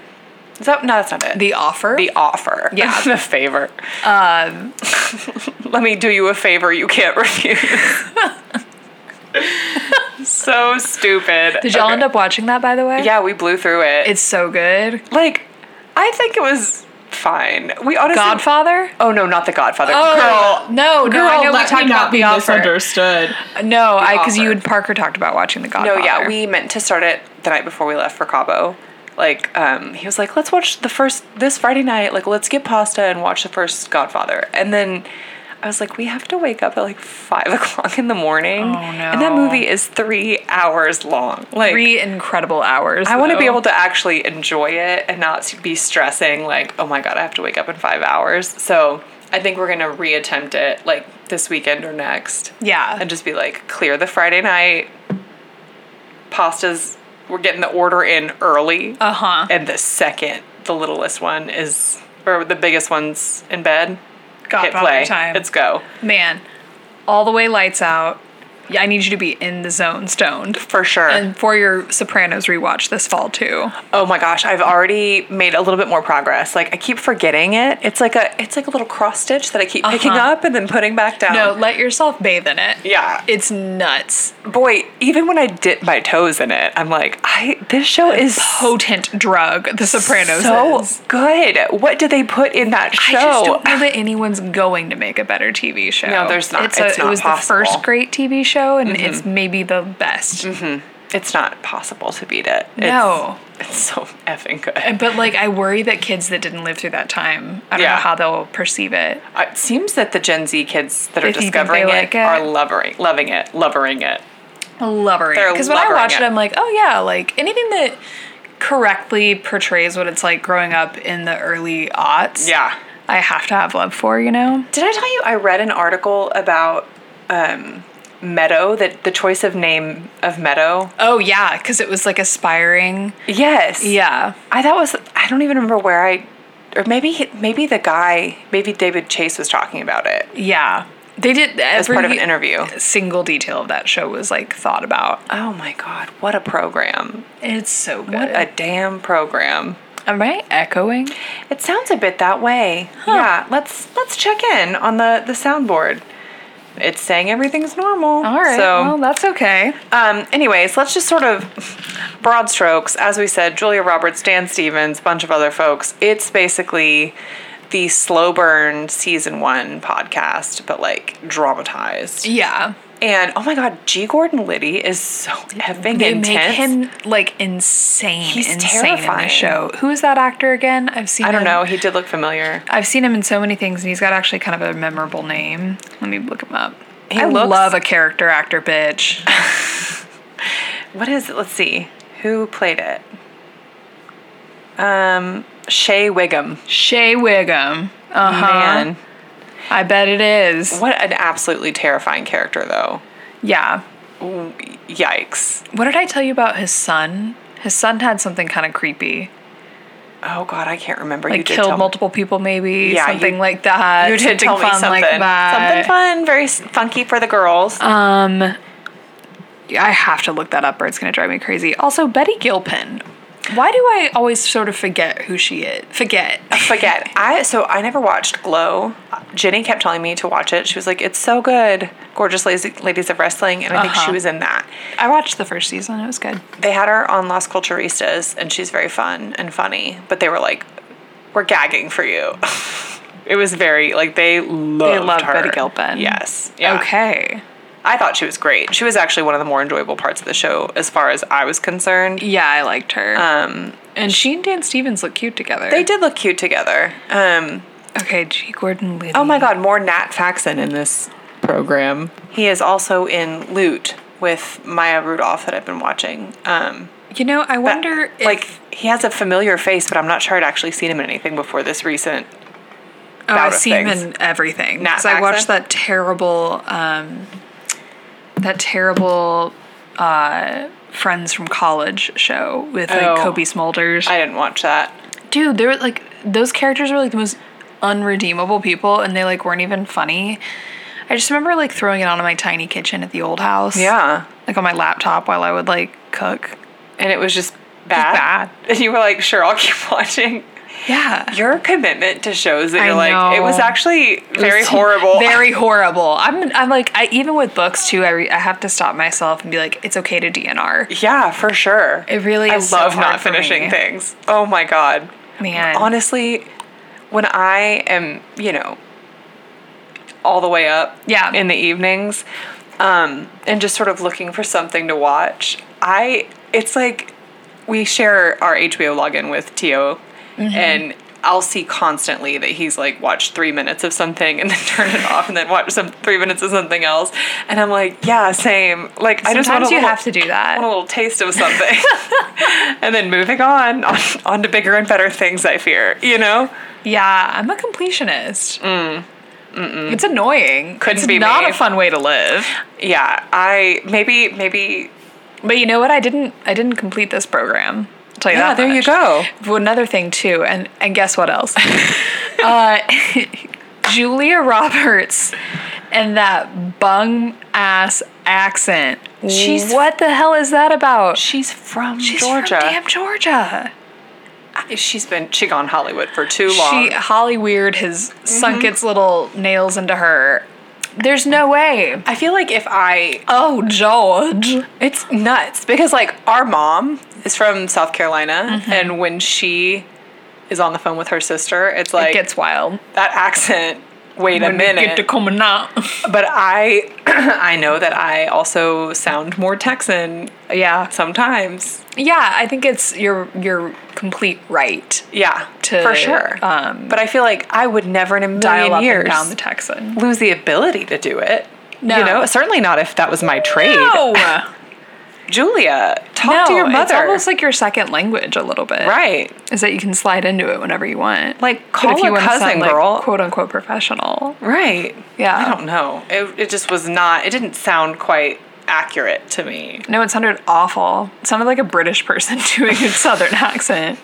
Speaker 1: Is that, no, that's not it.
Speaker 2: The offer.
Speaker 1: The offer.
Speaker 2: Yeah.
Speaker 1: the favor. Um, let me do you a favor you can't refuse. so stupid.
Speaker 2: Did y'all
Speaker 1: Okay.
Speaker 2: end up watching that, by the way?
Speaker 1: Yeah, we blew through it.
Speaker 2: It's so good.
Speaker 1: like. I think it was fine. We honestly.
Speaker 2: Godfather?
Speaker 1: Oh no, not the Godfather.
Speaker 2: Oh,
Speaker 1: Girl,
Speaker 2: no, no, I know we talked about the offer.
Speaker 3: misunderstood.
Speaker 2: No, I because you
Speaker 1: Offer.
Speaker 2: and Parker talked about watching the Godfather.
Speaker 1: No, yeah, we meant to start it the night before we left for Cabo. Like, um, he was like, let's watch the first this Friday night. Like, let's get pasta and watch the first Godfather. And then I was like, we have to wake up at like five o'clock in the morning. And that
Speaker 2: Oh, no.
Speaker 1: movie is three hours long. Like,
Speaker 2: three incredible hours.
Speaker 1: I want to be
Speaker 2: though.
Speaker 1: able to actually enjoy it and not be stressing like, oh my god, I have to wake up in five hours. So I think we're gonna reattempt it like this weekend or next,
Speaker 2: Yeah,
Speaker 1: and just be like, clear the Friday night pastas. We're getting the order in early,
Speaker 2: uh huh.
Speaker 1: and the second the littlest one is or the biggest one's in bed, hit play.
Speaker 2: time.
Speaker 1: Let's go
Speaker 2: man, all the way lights out. Yeah, I need you to be in the zone, stoned.
Speaker 1: for sure.
Speaker 2: And for your Sopranos rewatch this fall too.
Speaker 1: Oh my gosh, I've already made a little bit more progress. Like I keep forgetting it. It's like a it's like a little cross stitch that I keep picking
Speaker 2: Uh-huh.
Speaker 1: up and then putting back down.
Speaker 2: No, let yourself bathe in it.
Speaker 1: Yeah.
Speaker 2: It's nuts.
Speaker 1: Boy, even when I dip my toes in it, I'm like, I this show is
Speaker 2: Potent drug, The Sopranos.
Speaker 1: so
Speaker 2: is.
Speaker 1: good. What do they put in that show?
Speaker 2: I just don't know that anyone's going to make a better TV show.
Speaker 1: No, there's not.
Speaker 2: a-
Speaker 1: It's not
Speaker 2: it was
Speaker 1: possible. Mm-hmm.
Speaker 2: the first great TV show, and it's maybe the best.
Speaker 1: it's not possible to beat it. It's,
Speaker 2: No.
Speaker 1: It's so effing good.
Speaker 2: And- But like, I worry that kids that didn't live through that time, I don't
Speaker 1: Yeah.
Speaker 2: know how they'll perceive it.
Speaker 1: Uh, It seems that the Gen Z kids that are
Speaker 2: If you think they
Speaker 1: discovering it,
Speaker 2: like it.
Speaker 1: are loving loving it, loving it.
Speaker 2: Lovering
Speaker 1: They're
Speaker 2: because when I
Speaker 1: lovering
Speaker 2: watch it.
Speaker 1: it.
Speaker 2: I'm like, oh yeah, like anything that correctly portrays what it's like growing up in the early aughts.
Speaker 1: Yeah.
Speaker 2: I have to have love for you know.
Speaker 1: Did I tell you I read an article about um, Meadow, that the choice of name of Meadow?
Speaker 2: Oh yeah, because it was like aspiring.
Speaker 1: Yes.
Speaker 2: Yeah.
Speaker 1: I thought was I don't even remember where I or maybe he- maybe the guy, maybe David Chase was talking about it
Speaker 2: Yeah. They did
Speaker 1: as part of an interview.
Speaker 2: Single detail of that show was like thought about.
Speaker 1: Oh my god, what a program.
Speaker 2: It's so good.
Speaker 1: What a damn program.
Speaker 2: Am I echoing?
Speaker 1: It sounds a bit that way. Yeah, let's let's check in on the the soundboard. It's saying everything's normal.
Speaker 2: All right.
Speaker 1: So
Speaker 2: well, that's okay.
Speaker 1: Um, anyways, let's just sort of broad strokes. As we said, Julia Roberts, Dan Stevens, bunch of other folks. It's basically the slow burn season one podcast, but like dramatized.
Speaker 2: Yeah.
Speaker 1: And oh my god, G. Gordon Liddy is so effing
Speaker 2: They
Speaker 1: intense.
Speaker 2: make him like insane.
Speaker 1: He's
Speaker 2: insane in
Speaker 1: terrifying.
Speaker 2: this show. Who is that actor again? I've seen.
Speaker 1: I don't
Speaker 2: him-
Speaker 1: know. He did look familiar.
Speaker 2: I've seen him in so many things, and he's got actually kind of a memorable name. Let me look him up.
Speaker 1: He
Speaker 2: I
Speaker 1: looks-
Speaker 2: love a character actor, bitch.
Speaker 1: What is it? Let's see. Who played it? Um, Shay Wiggum.
Speaker 2: Shea Wiggum. Uh huh.
Speaker 1: Man,
Speaker 2: I bet it is.
Speaker 1: what an absolutely terrifying character, though.
Speaker 2: Yeah.
Speaker 1: Ooh, Yikes.
Speaker 2: What did I tell you about his son? His son had something kind of creepy.
Speaker 1: Oh God, I can't remember.
Speaker 2: Like
Speaker 1: you did
Speaker 2: killed
Speaker 1: tell
Speaker 2: multiple people, maybe
Speaker 1: Yeah, you-
Speaker 2: something like that.
Speaker 1: Me. You did
Speaker 2: something
Speaker 1: tell me
Speaker 2: fun
Speaker 1: something.
Speaker 2: like that.
Speaker 1: Something fun, very s- funky for the girls.
Speaker 2: Um, I have to look that up, or it's gonna drive me crazy. Also, Betty Gilpin. Why do I always sort of forget who she is? Forget.
Speaker 1: Forget. I so I never watched Glow. Jenny kept telling me to watch it. She was like, "It's so good, gorgeous Lazy- ladies of wrestling," and I think she
Speaker 2: Uh-huh.
Speaker 1: was in that.
Speaker 2: I watched the first season. It was good.
Speaker 1: They had her on Las Culturistas, and she's very fun and funny. But they were like, "We're gagging for you." it was very like they loved.
Speaker 2: loved
Speaker 1: her.
Speaker 2: Betty Gilpin.
Speaker 1: Yes. Yeah.
Speaker 2: Okay.
Speaker 1: I thought she was great. She was actually one of the more enjoyable parts of the show, as far as I was concerned.
Speaker 2: Yeah, I liked her.
Speaker 1: Um,
Speaker 2: and she and Dan Stevens look cute together.
Speaker 1: They did look cute together. Um,
Speaker 2: Okay, G. Gordon Liddy.
Speaker 1: oh my God, more Nat Faxon in this program. He is also in Loot with Maya Rudolph that I've been watching. Um,
Speaker 2: You know, I
Speaker 1: but,
Speaker 2: wonder if
Speaker 1: like he has a familiar face, but I'm not sure I'd actually seen him in anything before this recent.
Speaker 2: Oh,
Speaker 1: bout
Speaker 2: I've
Speaker 1: of
Speaker 2: seen him
Speaker 1: things.
Speaker 2: in everything.
Speaker 1: Nat
Speaker 2: Because I watched
Speaker 1: Faxon?
Speaker 2: that terrible, um, that terrible uh, Friends from College show with like
Speaker 1: Oh.
Speaker 2: Kobe Smulders.
Speaker 1: I didn't watch that.
Speaker 2: Dude, they were like those characters were like the most unredeemable people, and they like weren't even funny. I just remember like throwing it on in my tiny kitchen at the old house.
Speaker 1: Yeah,
Speaker 2: like on my laptop while I would like cook.
Speaker 1: and it was just bad.
Speaker 2: bad.
Speaker 1: And you were like, sure, I'll keep watching.
Speaker 2: Yeah.
Speaker 1: Your commitment to shows that
Speaker 2: I
Speaker 1: you're like, it
Speaker 2: know.
Speaker 1: was actually
Speaker 2: It
Speaker 1: very
Speaker 2: was
Speaker 1: horrible.
Speaker 2: Very horrible. I'm, I'm like, I, even with books too, I, re, I have to stop myself and be like, it's okay to DNR.
Speaker 1: Yeah, for sure.
Speaker 2: It really
Speaker 1: I
Speaker 2: is so
Speaker 1: love
Speaker 2: hard
Speaker 1: not
Speaker 2: for me.
Speaker 1: finishing things. Oh my god.
Speaker 2: Man.
Speaker 1: honestly, when I am, you know, all the way up
Speaker 2: Yeah.
Speaker 1: in the evenings, um, and just sort of looking for something to watch, I it's like we share our HBO login with Tio
Speaker 2: Mm-hmm.
Speaker 1: and I'll see constantly that he's like watched three minutes of something and then turn it off and then watch some three minutes of something else. And I'm like, yeah, same. Like I just want a
Speaker 2: Sometimes you
Speaker 1: little-
Speaker 2: have to do that.
Speaker 1: want a little taste of something. and then moving on, on, on to bigger and better things, I fear, you know?
Speaker 2: Yeah, I'm a Mm. completionist. It's annoying.
Speaker 1: Couldn't
Speaker 2: it's
Speaker 1: be
Speaker 2: not
Speaker 1: me.
Speaker 2: a fun way to live.
Speaker 1: Yeah, I maybe, maybe.
Speaker 2: But you know what? I didn't. I didn't complete this program. I'll tell you
Speaker 1: Yeah,
Speaker 2: that.
Speaker 1: there you
Speaker 2: much.
Speaker 1: go.
Speaker 2: Well, Another thing too, and and guess what else? uh, Julia Roberts and that bung ass accent.
Speaker 1: She's-
Speaker 2: what the hell is that about?
Speaker 1: She's from
Speaker 2: She's from
Speaker 1: Georgia.
Speaker 2: damn Georgia.
Speaker 1: she's been, she gone Hollywood for too long.
Speaker 2: She Holly Weird has
Speaker 1: Mm-hmm.
Speaker 2: sunk its little nails into her. There's no way.
Speaker 1: I feel like if I,
Speaker 2: Oh, George.
Speaker 1: it's nuts because like our mom is from South Carolina and when she is on the phone with her sister, it's like
Speaker 2: It gets wild.
Speaker 1: that accent. Wait a minute.
Speaker 2: coming out.
Speaker 1: but I, I know that I also sound more Texan
Speaker 2: yeah.
Speaker 1: sometimes.
Speaker 2: Yeah, I think it's you're you're complete right.
Speaker 1: Yeah,
Speaker 2: to,
Speaker 1: for sure.
Speaker 2: um,
Speaker 1: but I feel like I would never in a
Speaker 2: Dial
Speaker 1: million
Speaker 2: up
Speaker 1: years
Speaker 2: and down the Texan.
Speaker 1: lose the ability to do it. You
Speaker 2: No.
Speaker 1: know, certainly not if that was my trade. Julia, talk to your mother.
Speaker 2: It's almost like your second language a little bit.
Speaker 1: right.
Speaker 2: Is that you can slide into it whenever you want.
Speaker 1: Like
Speaker 2: But
Speaker 1: call a
Speaker 2: wanna
Speaker 1: cousin,
Speaker 2: sound, like,
Speaker 1: girl.
Speaker 2: quote unquote professional.
Speaker 1: right.
Speaker 2: Yeah.
Speaker 1: I don't know. It, it just was not. It didn't sound quite accurate to me.
Speaker 2: No, it sounded awful. It sounded like a British person doing a southern accent.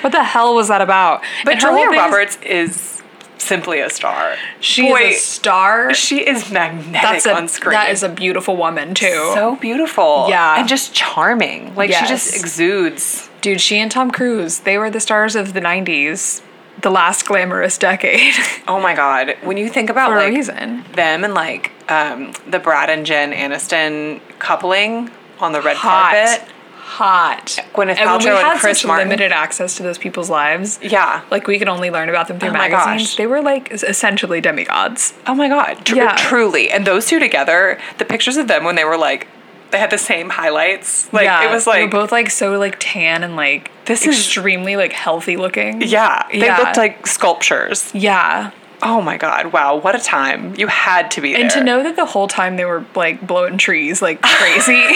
Speaker 2: What the hell was that about?
Speaker 1: But
Speaker 2: And her whole
Speaker 1: Julia
Speaker 2: thing is-
Speaker 1: Roberts is simply a star.
Speaker 2: she
Speaker 1: Boy,
Speaker 2: is a star.
Speaker 1: She is magnetic
Speaker 2: That's a,
Speaker 1: on screen.
Speaker 2: That is a beautiful woman too.
Speaker 1: so beautiful.
Speaker 2: Yeah.
Speaker 1: And just charming. Like she just
Speaker 2: Yes.
Speaker 1: exudes.
Speaker 2: Dude, she and Tom Cruise, they were the stars of the 90s, the last glamorous decade
Speaker 1: Oh my god. When you think about
Speaker 2: for a
Speaker 1: like
Speaker 2: reason.
Speaker 1: them and like um, the Brad and Jen Aniston coupling on the red carpet.
Speaker 2: Hot.
Speaker 1: Gwyneth
Speaker 2: and when we
Speaker 1: Paltrow and
Speaker 2: had
Speaker 1: Chris
Speaker 2: such
Speaker 1: Martin.
Speaker 2: limited access to those people's lives,
Speaker 1: Yeah.
Speaker 2: like we could only learn about them through
Speaker 1: Oh my
Speaker 2: magazines,
Speaker 1: gosh.
Speaker 2: they were like es- essentially demigods.
Speaker 1: Oh my god. Tr-
Speaker 2: Yeah.
Speaker 1: Truly. And those two together, the pictures of them when they were like they had the same highlights. Like
Speaker 2: yeah,
Speaker 1: it was
Speaker 2: they were
Speaker 1: like
Speaker 2: both like so like tan and like
Speaker 1: This is-
Speaker 2: extremely like healthy looking.
Speaker 1: yeah, they
Speaker 2: Yeah.
Speaker 1: looked like sculptures.
Speaker 2: Yeah.
Speaker 1: Oh my god! Wow, what a time! You had to be there.
Speaker 2: And to know that the whole time they were like blowing trees like crazy.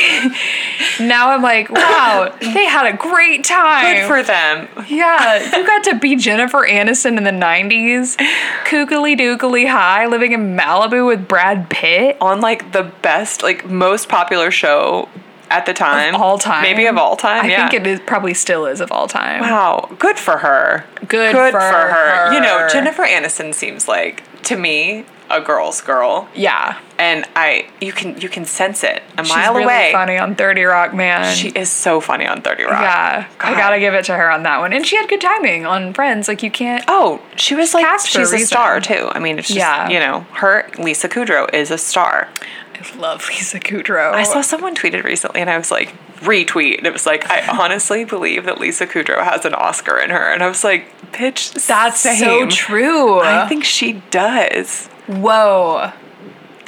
Speaker 2: now I'm like, wow, they had a great time.
Speaker 1: good for them.
Speaker 2: Yeah, you got to be Jennifer Aniston in the 90s, kookily dookily high, living in Malibu with Brad Pitt.
Speaker 1: on like the best, like most popular show at the time,
Speaker 2: all time.
Speaker 1: maybe of all time.
Speaker 2: I
Speaker 1: yeah.
Speaker 2: think it is, probably still is of all time.
Speaker 1: Wow, good for her.
Speaker 2: Good for
Speaker 1: You know,
Speaker 2: her.
Speaker 1: Jennifer Aniston seems like to me a girl's girl,
Speaker 2: Yeah.
Speaker 1: and I you can you can sense it a
Speaker 2: She's
Speaker 1: mile
Speaker 2: really
Speaker 1: away.
Speaker 2: funny on 30 Rock, man.
Speaker 1: She is so funny on Thirty Rock.
Speaker 2: yeah, I
Speaker 1: God.
Speaker 2: gotta give it to her on that one. And she had good timing on Friends. Like, you can't.
Speaker 1: Oh, she was like
Speaker 2: cast for
Speaker 1: she's
Speaker 2: a
Speaker 1: a star
Speaker 2: reason.
Speaker 1: too. I mean, it's just
Speaker 2: Yeah.
Speaker 1: you know her Lisa Kudrow is a star.
Speaker 2: I love Lisa Kudrow.
Speaker 1: I saw someone tweeted recently, and I was like retweet, and it was like I honestly believe that Lisa Kudrow has an Oscar in her, and I was like, bitch,
Speaker 2: That's so
Speaker 1: same.
Speaker 2: true.
Speaker 1: I think she does.
Speaker 2: Whoa.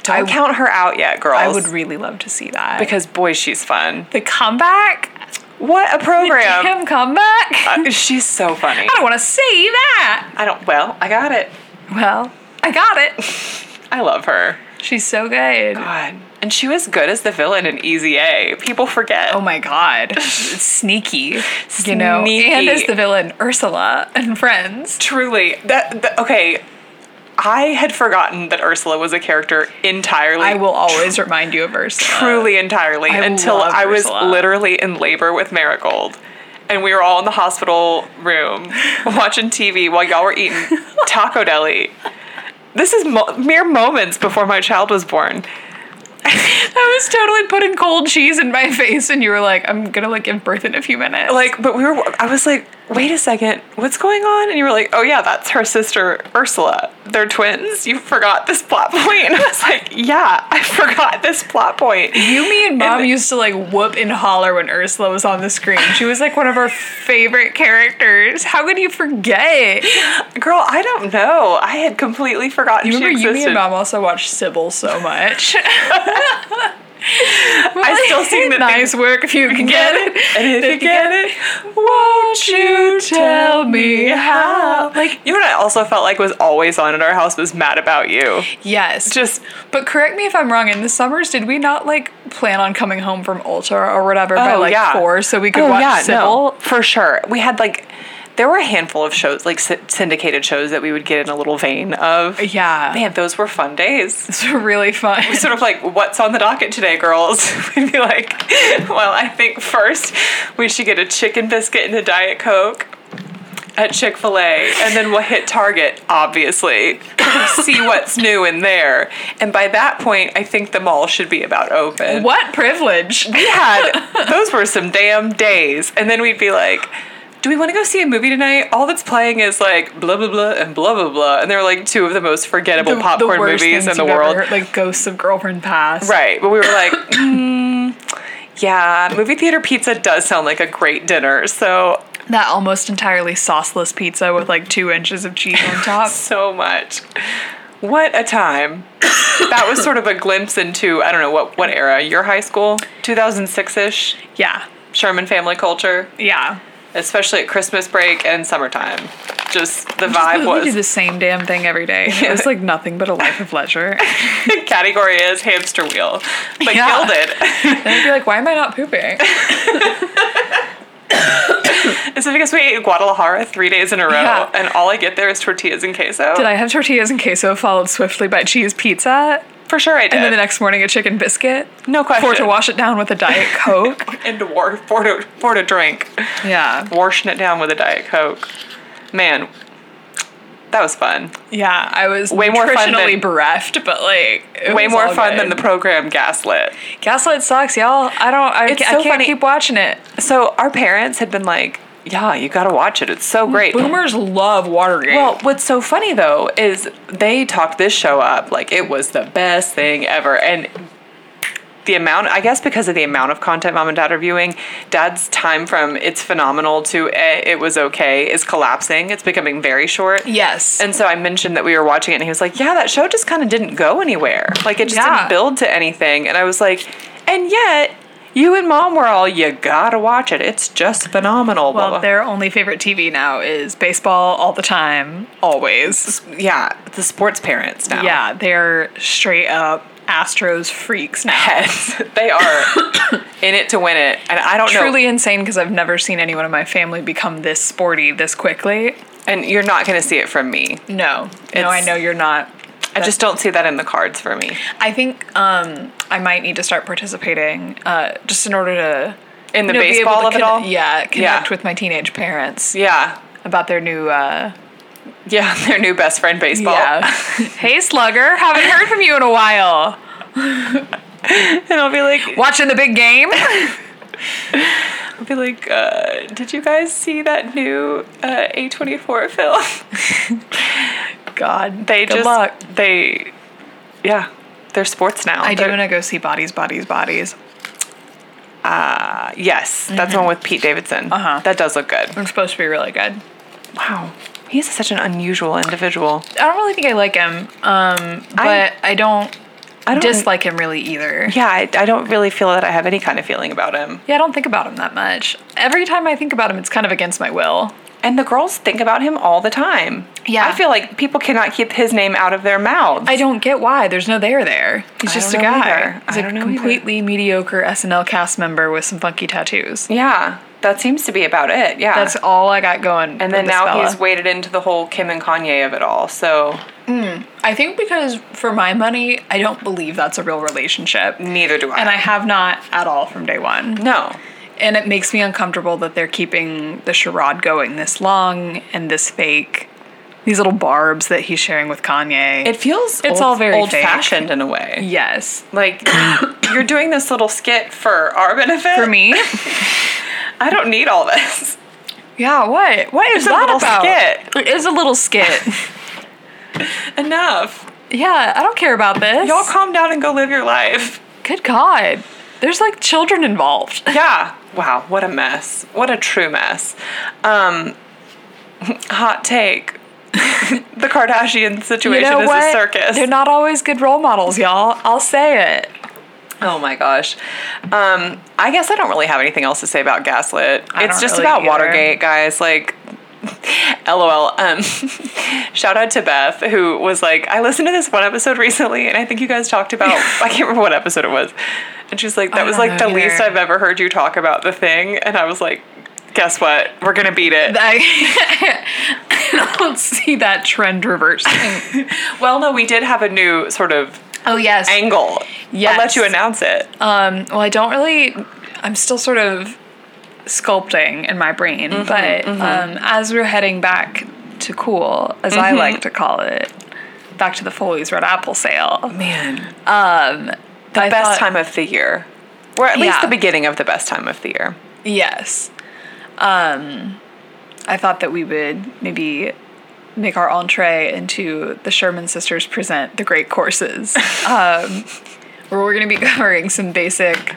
Speaker 1: Don't
Speaker 2: I-
Speaker 1: count her out yet, girls.
Speaker 2: I would really love to see that.
Speaker 1: because boy, she's fun.
Speaker 2: the comeback?
Speaker 1: What a program!
Speaker 2: Kim comeback? I
Speaker 1: Uh, she's so funny.
Speaker 2: don't wanna see that.
Speaker 1: I don't. Well, I got it.
Speaker 2: Well, I got it.
Speaker 1: I love her.
Speaker 2: She's so good.
Speaker 1: God, and she was good as the villain in Easy A. People forget.
Speaker 2: Oh my god. It's sneaky. You know,
Speaker 1: Sneaky.
Speaker 2: and as the villain Ursula and Friends.
Speaker 1: Truly, that, that okay. I had forgotten that Ursula was a character entirely.
Speaker 2: I will always remind you of Ursula.
Speaker 1: truly entirely
Speaker 2: I
Speaker 1: until
Speaker 2: love
Speaker 1: I was
Speaker 2: Ursula.
Speaker 1: literally in labor with Marigold. And we were all in the hospital room watching TV while y'all were eating Taco Deli. This is mo- mere moments before my child was born.
Speaker 2: I was totally putting cold cheese in my face, and you were like, "I'm gonna like give birth in a few minutes."
Speaker 1: Like, but we were, I was like, wait a second, what's going on? And you were like, oh yeah, that's her sister Ursula. They're twins. You forgot this plot point. And I was like, yeah, I forgot this plot point.
Speaker 2: Yumi and Mom used to like whoop and holler when Ursula was on the screen. She was like one of our favorite characters. How could you forget?
Speaker 1: Girl, I don't know. I had completely forgotten
Speaker 2: You
Speaker 1: she
Speaker 2: remember Yumi
Speaker 1: existed.
Speaker 2: and Mom also watched Sybil so much.
Speaker 1: I still sing the
Speaker 2: nice
Speaker 1: thing.
Speaker 2: work if you can get it.
Speaker 1: And if you get it, won't you
Speaker 2: tell me how?
Speaker 1: Like, you know what I also felt like was always on at our house was Mad About You.
Speaker 2: Yes.
Speaker 1: Just,
Speaker 2: But correct me if I'm wrong. In the summers, did we not like plan on coming home from Ultra or whatever by
Speaker 1: oh,
Speaker 2: like
Speaker 1: yeah.
Speaker 2: four, so we could watch Sybil?
Speaker 1: No, for sure. We had like, there were a handful of shows, like sy- syndicated shows that we would get in a little vein of.
Speaker 2: Yeah,
Speaker 1: Man, those were fun days.
Speaker 2: it's really fun.
Speaker 1: sort of like, what's on the docket today, girls? We'd be like, well, I think first we should get a chicken biscuit and a Diet Coke at Chick fil A, and then we'll hit Target, obviously, see what's new in there. And by that point, I think the mall should be about open.
Speaker 2: What privilege?
Speaker 1: We had, those were some damn days. And then we'd be like, do we want to go see a movie tonight? All that's playing is like blah blah blah and blah blah blah, and they're like two of the most forgettable popcorn
Speaker 2: worst
Speaker 1: movies in
Speaker 2: things
Speaker 1: the
Speaker 2: you've ever
Speaker 1: world.
Speaker 2: heard, like Ghosts of Girlfriend Past.
Speaker 1: Right, but we were like, mm, yeah, movie theater pizza does sound like a great dinner. So
Speaker 2: That almost entirely sauceless pizza with like two inches of cheese on top.
Speaker 1: so much. What a time. that was sort of a glimpse into I don't know what what era. Your high school, 2006-ish,
Speaker 2: yeah,
Speaker 1: Sherman family culture,
Speaker 2: yeah.
Speaker 1: especially at Christmas break and summertime. Just the
Speaker 2: we,
Speaker 1: vibe
Speaker 2: we do
Speaker 1: was
Speaker 2: the same damn thing every day. It was like nothing but a life of leisure.
Speaker 1: the category is hamster wheel, but
Speaker 2: Yeah.
Speaker 1: killed it.
Speaker 2: and I'd be like, why am I not pooping?
Speaker 1: Is it because we ate Guadalajara three days in a row,
Speaker 2: Yeah.
Speaker 1: and all I get there is tortillas and queso?
Speaker 2: Did I have tortillas and queso followed swiftly by cheese pizza?
Speaker 1: For sure, I did.
Speaker 2: And then the next morning, a chicken biscuit.
Speaker 1: No question.
Speaker 2: Or to wash it down with a Diet Coke.
Speaker 1: into war for to, for to drink,
Speaker 2: yeah.
Speaker 1: washing it down with a diet coke. Man, that was fun.
Speaker 2: Yeah. I was
Speaker 1: Way more fun
Speaker 2: nutritionally
Speaker 1: than-
Speaker 2: bereft, but like. it
Speaker 1: Way
Speaker 2: was
Speaker 1: more
Speaker 2: all
Speaker 1: fun
Speaker 2: good.
Speaker 1: than the program Gaslit.
Speaker 2: Gaslight sucks, y'all. I don't. I,
Speaker 1: It's
Speaker 2: ca-
Speaker 1: so
Speaker 2: I can't
Speaker 1: funny.
Speaker 2: keep watching it.
Speaker 1: So our parents had been like, "Yeah, you got to watch it. It's so great."
Speaker 2: Boomers love Watergate.
Speaker 1: Well, what's so funny though is they talked this show up like it was the best thing ever, and the amount I guess because of the amount of content mom and dad are viewing, dad's time from it's phenomenal to eh, it was okay is collapsing. It's becoming very short.
Speaker 2: yes.
Speaker 1: And so I mentioned that we were watching it, and he was like, "Yeah, that show just kind of didn't go anywhere. Like it just
Speaker 2: Yeah.
Speaker 1: didn't build to anything." And I was like, "And yet, you and mom were all you gotta watch it. It's just phenomenal." blah,
Speaker 2: well,
Speaker 1: blah."
Speaker 2: their only favorite TV now is baseball all the time, always.
Speaker 1: yeah, the sports parents now.
Speaker 2: Yeah, they're straight up Astros freaks now.
Speaker 1: Yes, they are in it to win it, and I don't know.
Speaker 2: Truly insane because I've never seen anyone in my family become this sporty this quickly.
Speaker 1: And you're not gonna see it from me.
Speaker 2: No, no, I
Speaker 1: It's-
Speaker 2: know you're not.
Speaker 1: I just don't see that in the cards for me.
Speaker 2: I think um, I might need to start participating uh, just in order to
Speaker 1: In the
Speaker 2: you know, be able
Speaker 1: baseball
Speaker 2: to
Speaker 1: of it
Speaker 2: con-
Speaker 1: all.
Speaker 2: Yeah, connect
Speaker 1: Yeah.
Speaker 2: with my teenage parents
Speaker 1: Yeah.
Speaker 2: about their new. Uh,
Speaker 1: Yeah, their new best friend baseball.
Speaker 2: yeah. hey, Slugger, haven't heard from you in a while.
Speaker 1: And I'll be like,
Speaker 2: Watching the big game.
Speaker 1: I'll be like, uh, did you guys see that new uh, A24 film?
Speaker 2: God,
Speaker 1: They
Speaker 2: good
Speaker 1: just,
Speaker 2: luck.
Speaker 1: they, yeah, they're sports now.
Speaker 2: I do
Speaker 1: They're-
Speaker 2: want to go see Bodies, Bodies, Bodies.
Speaker 1: uh, yes, that's the one with Pete Davidson.
Speaker 2: Mm-hmm. Uh-huh.
Speaker 1: That does look good.
Speaker 2: It's supposed to be really good.
Speaker 1: Wow. He's such an unusual individual.
Speaker 2: I don't really think I like him, um, but
Speaker 1: I-
Speaker 2: I, don't
Speaker 1: I don't
Speaker 2: dislike him really either.
Speaker 1: Yeah, I, I don't really feel that I have any kind of feeling about him.
Speaker 2: Yeah, I don't think about him that much. Every time I think about him, it's kind of against my will.
Speaker 1: And the girls think about him all the time.
Speaker 2: Yeah.
Speaker 1: I feel like people cannot keep his name out of their mouths.
Speaker 2: I don't get why. There's no there there. He's
Speaker 1: I
Speaker 2: just a
Speaker 1: don't know either.
Speaker 2: guy. He's
Speaker 1: I
Speaker 2: a
Speaker 1: don't know either.
Speaker 2: completely mediocre SNL cast member with some funky tattoos.
Speaker 1: yeah, that seems to be about it. Yeah.
Speaker 2: That's all I got going.
Speaker 1: and then now he's waded into the whole Kim and Kanye of it all. So
Speaker 2: I think because for my money, I don't believe that's a real relationship.
Speaker 1: neither do I.
Speaker 2: And I have not at all from day one.
Speaker 1: no.
Speaker 2: And it makes me uncomfortable that they're keeping the charade going this long and this fake. these little barbs that he's sharing with Kanye.
Speaker 1: It feels
Speaker 2: It's all very
Speaker 1: old
Speaker 2: fake.
Speaker 1: fashioned in a way.
Speaker 2: yes.
Speaker 1: Like you're doing this little skit for our benefit.
Speaker 2: For me?
Speaker 1: I don't need all this.
Speaker 2: yeah, what? What is
Speaker 1: a
Speaker 2: that
Speaker 1: little
Speaker 2: about?
Speaker 1: skit.
Speaker 2: It is a little skit.
Speaker 1: Enough.
Speaker 2: yeah, I don't care about this.
Speaker 1: Y'all calm down and go live your life.
Speaker 2: Good God. There's like children involved.
Speaker 1: Yeah. Wow. What a mess. What a true mess. Um, hot take. the Kardashian situation is a circus.
Speaker 2: They're not always good role models, y'all. I'll say it.
Speaker 1: Oh my gosh. Um, I guess I don't really have anything else to say about Gaslit.
Speaker 2: I
Speaker 1: it's
Speaker 2: don't
Speaker 1: just
Speaker 2: really
Speaker 1: about
Speaker 2: either.
Speaker 1: Watergate, guys. Like, lol. Um, shout out to Beth, who was like, I listened to this one episode recently, and I think you guys talked about, I can't remember what episode it was. And she was like, that was
Speaker 2: don't
Speaker 1: like the
Speaker 2: know
Speaker 1: least
Speaker 2: either.
Speaker 1: I've ever heard you talk about the thing. And I was like, guess what? We're going to beat it.
Speaker 2: I, I don't see that trend reversing.
Speaker 1: well, no, we did have a new sort of
Speaker 2: oh, yes.
Speaker 1: angle. I'll let
Speaker 2: Yes.
Speaker 1: you announce it.
Speaker 2: Um, well, I don't really. I'm still sort of sculpting in my brain,
Speaker 1: Mm-hmm,
Speaker 2: but Um, as we're heading back to cool, as
Speaker 1: Mm-hmm.
Speaker 2: I like to call it, back to the Foley's Red Apple Sale,
Speaker 1: Man.
Speaker 2: the
Speaker 1: best time of the year. Or at least
Speaker 2: Yeah.
Speaker 1: the beginning of the best time of the year.
Speaker 2: Yes. Um, I thought that we would maybe make our entree into the Sherman Sisters present the great courses, um, where we're going to be covering some basic,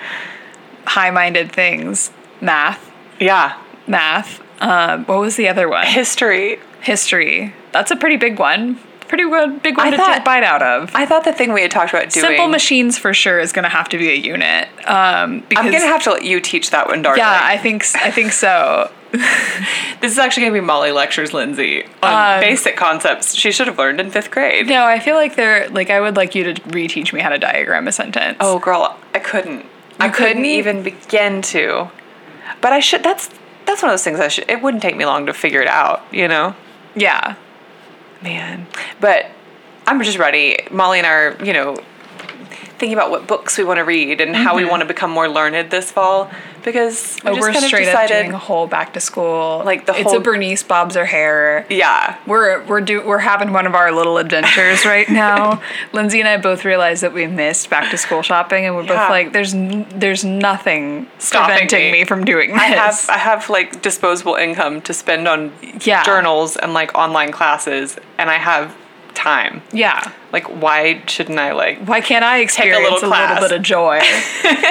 Speaker 2: high-minded things: math,
Speaker 1: Yeah.
Speaker 2: math. Um, what was the other one?
Speaker 1: History.
Speaker 2: History. That's a pretty big one. Pretty good, big one
Speaker 1: I
Speaker 2: to
Speaker 1: thought-
Speaker 2: take a bite out of.
Speaker 1: I thought the thing we had talked about doing.
Speaker 2: Simple machines for sure is going to have to be a unit. Um, because,
Speaker 1: I'm gonna have to let you teach that one, darling.
Speaker 2: yeah, I think s- I think so.
Speaker 1: this is actually gonna be Molly lectures Lindsay on
Speaker 2: Um,
Speaker 1: basic concepts she should have learned in fifth grade.
Speaker 2: No, I feel like they're like I would like you to reteach me how to diagram a sentence.
Speaker 1: Oh, girl, I couldn't. I couldn't
Speaker 2: couldn't e-
Speaker 1: even begin to. But I should. That's that's one of those things I should. It wouldn't take me long to figure it out. You know.
Speaker 2: yeah,
Speaker 1: Man. But I'm just ready. Molly and I are, you know, thinking about what books we want to read and how we want to become more learned this fall because we
Speaker 2: Mm-hmm. oh,
Speaker 1: just
Speaker 2: we're
Speaker 1: kind of
Speaker 2: straight up
Speaker 1: decided.
Speaker 2: doing a whole back to school.
Speaker 1: Like, the
Speaker 2: it's
Speaker 1: whole-
Speaker 2: a Bernice bobs her hair.
Speaker 1: yeah.
Speaker 2: We're we're do we're having one of our little adventures right now. Lindsay and I both realized that we missed back to school shopping, and we're
Speaker 1: Yeah.
Speaker 2: both like, "There's n- there's nothing
Speaker 1: Stopping
Speaker 2: preventing
Speaker 1: me.
Speaker 2: me. from doing this."
Speaker 1: I have I have like disposable income to spend on
Speaker 2: Yeah.
Speaker 1: journals and like online classes and I have time.
Speaker 2: yeah.
Speaker 1: Like why shouldn't I like
Speaker 2: Why can't I
Speaker 1: a little
Speaker 2: experience a little,
Speaker 1: class.
Speaker 2: bit of joy?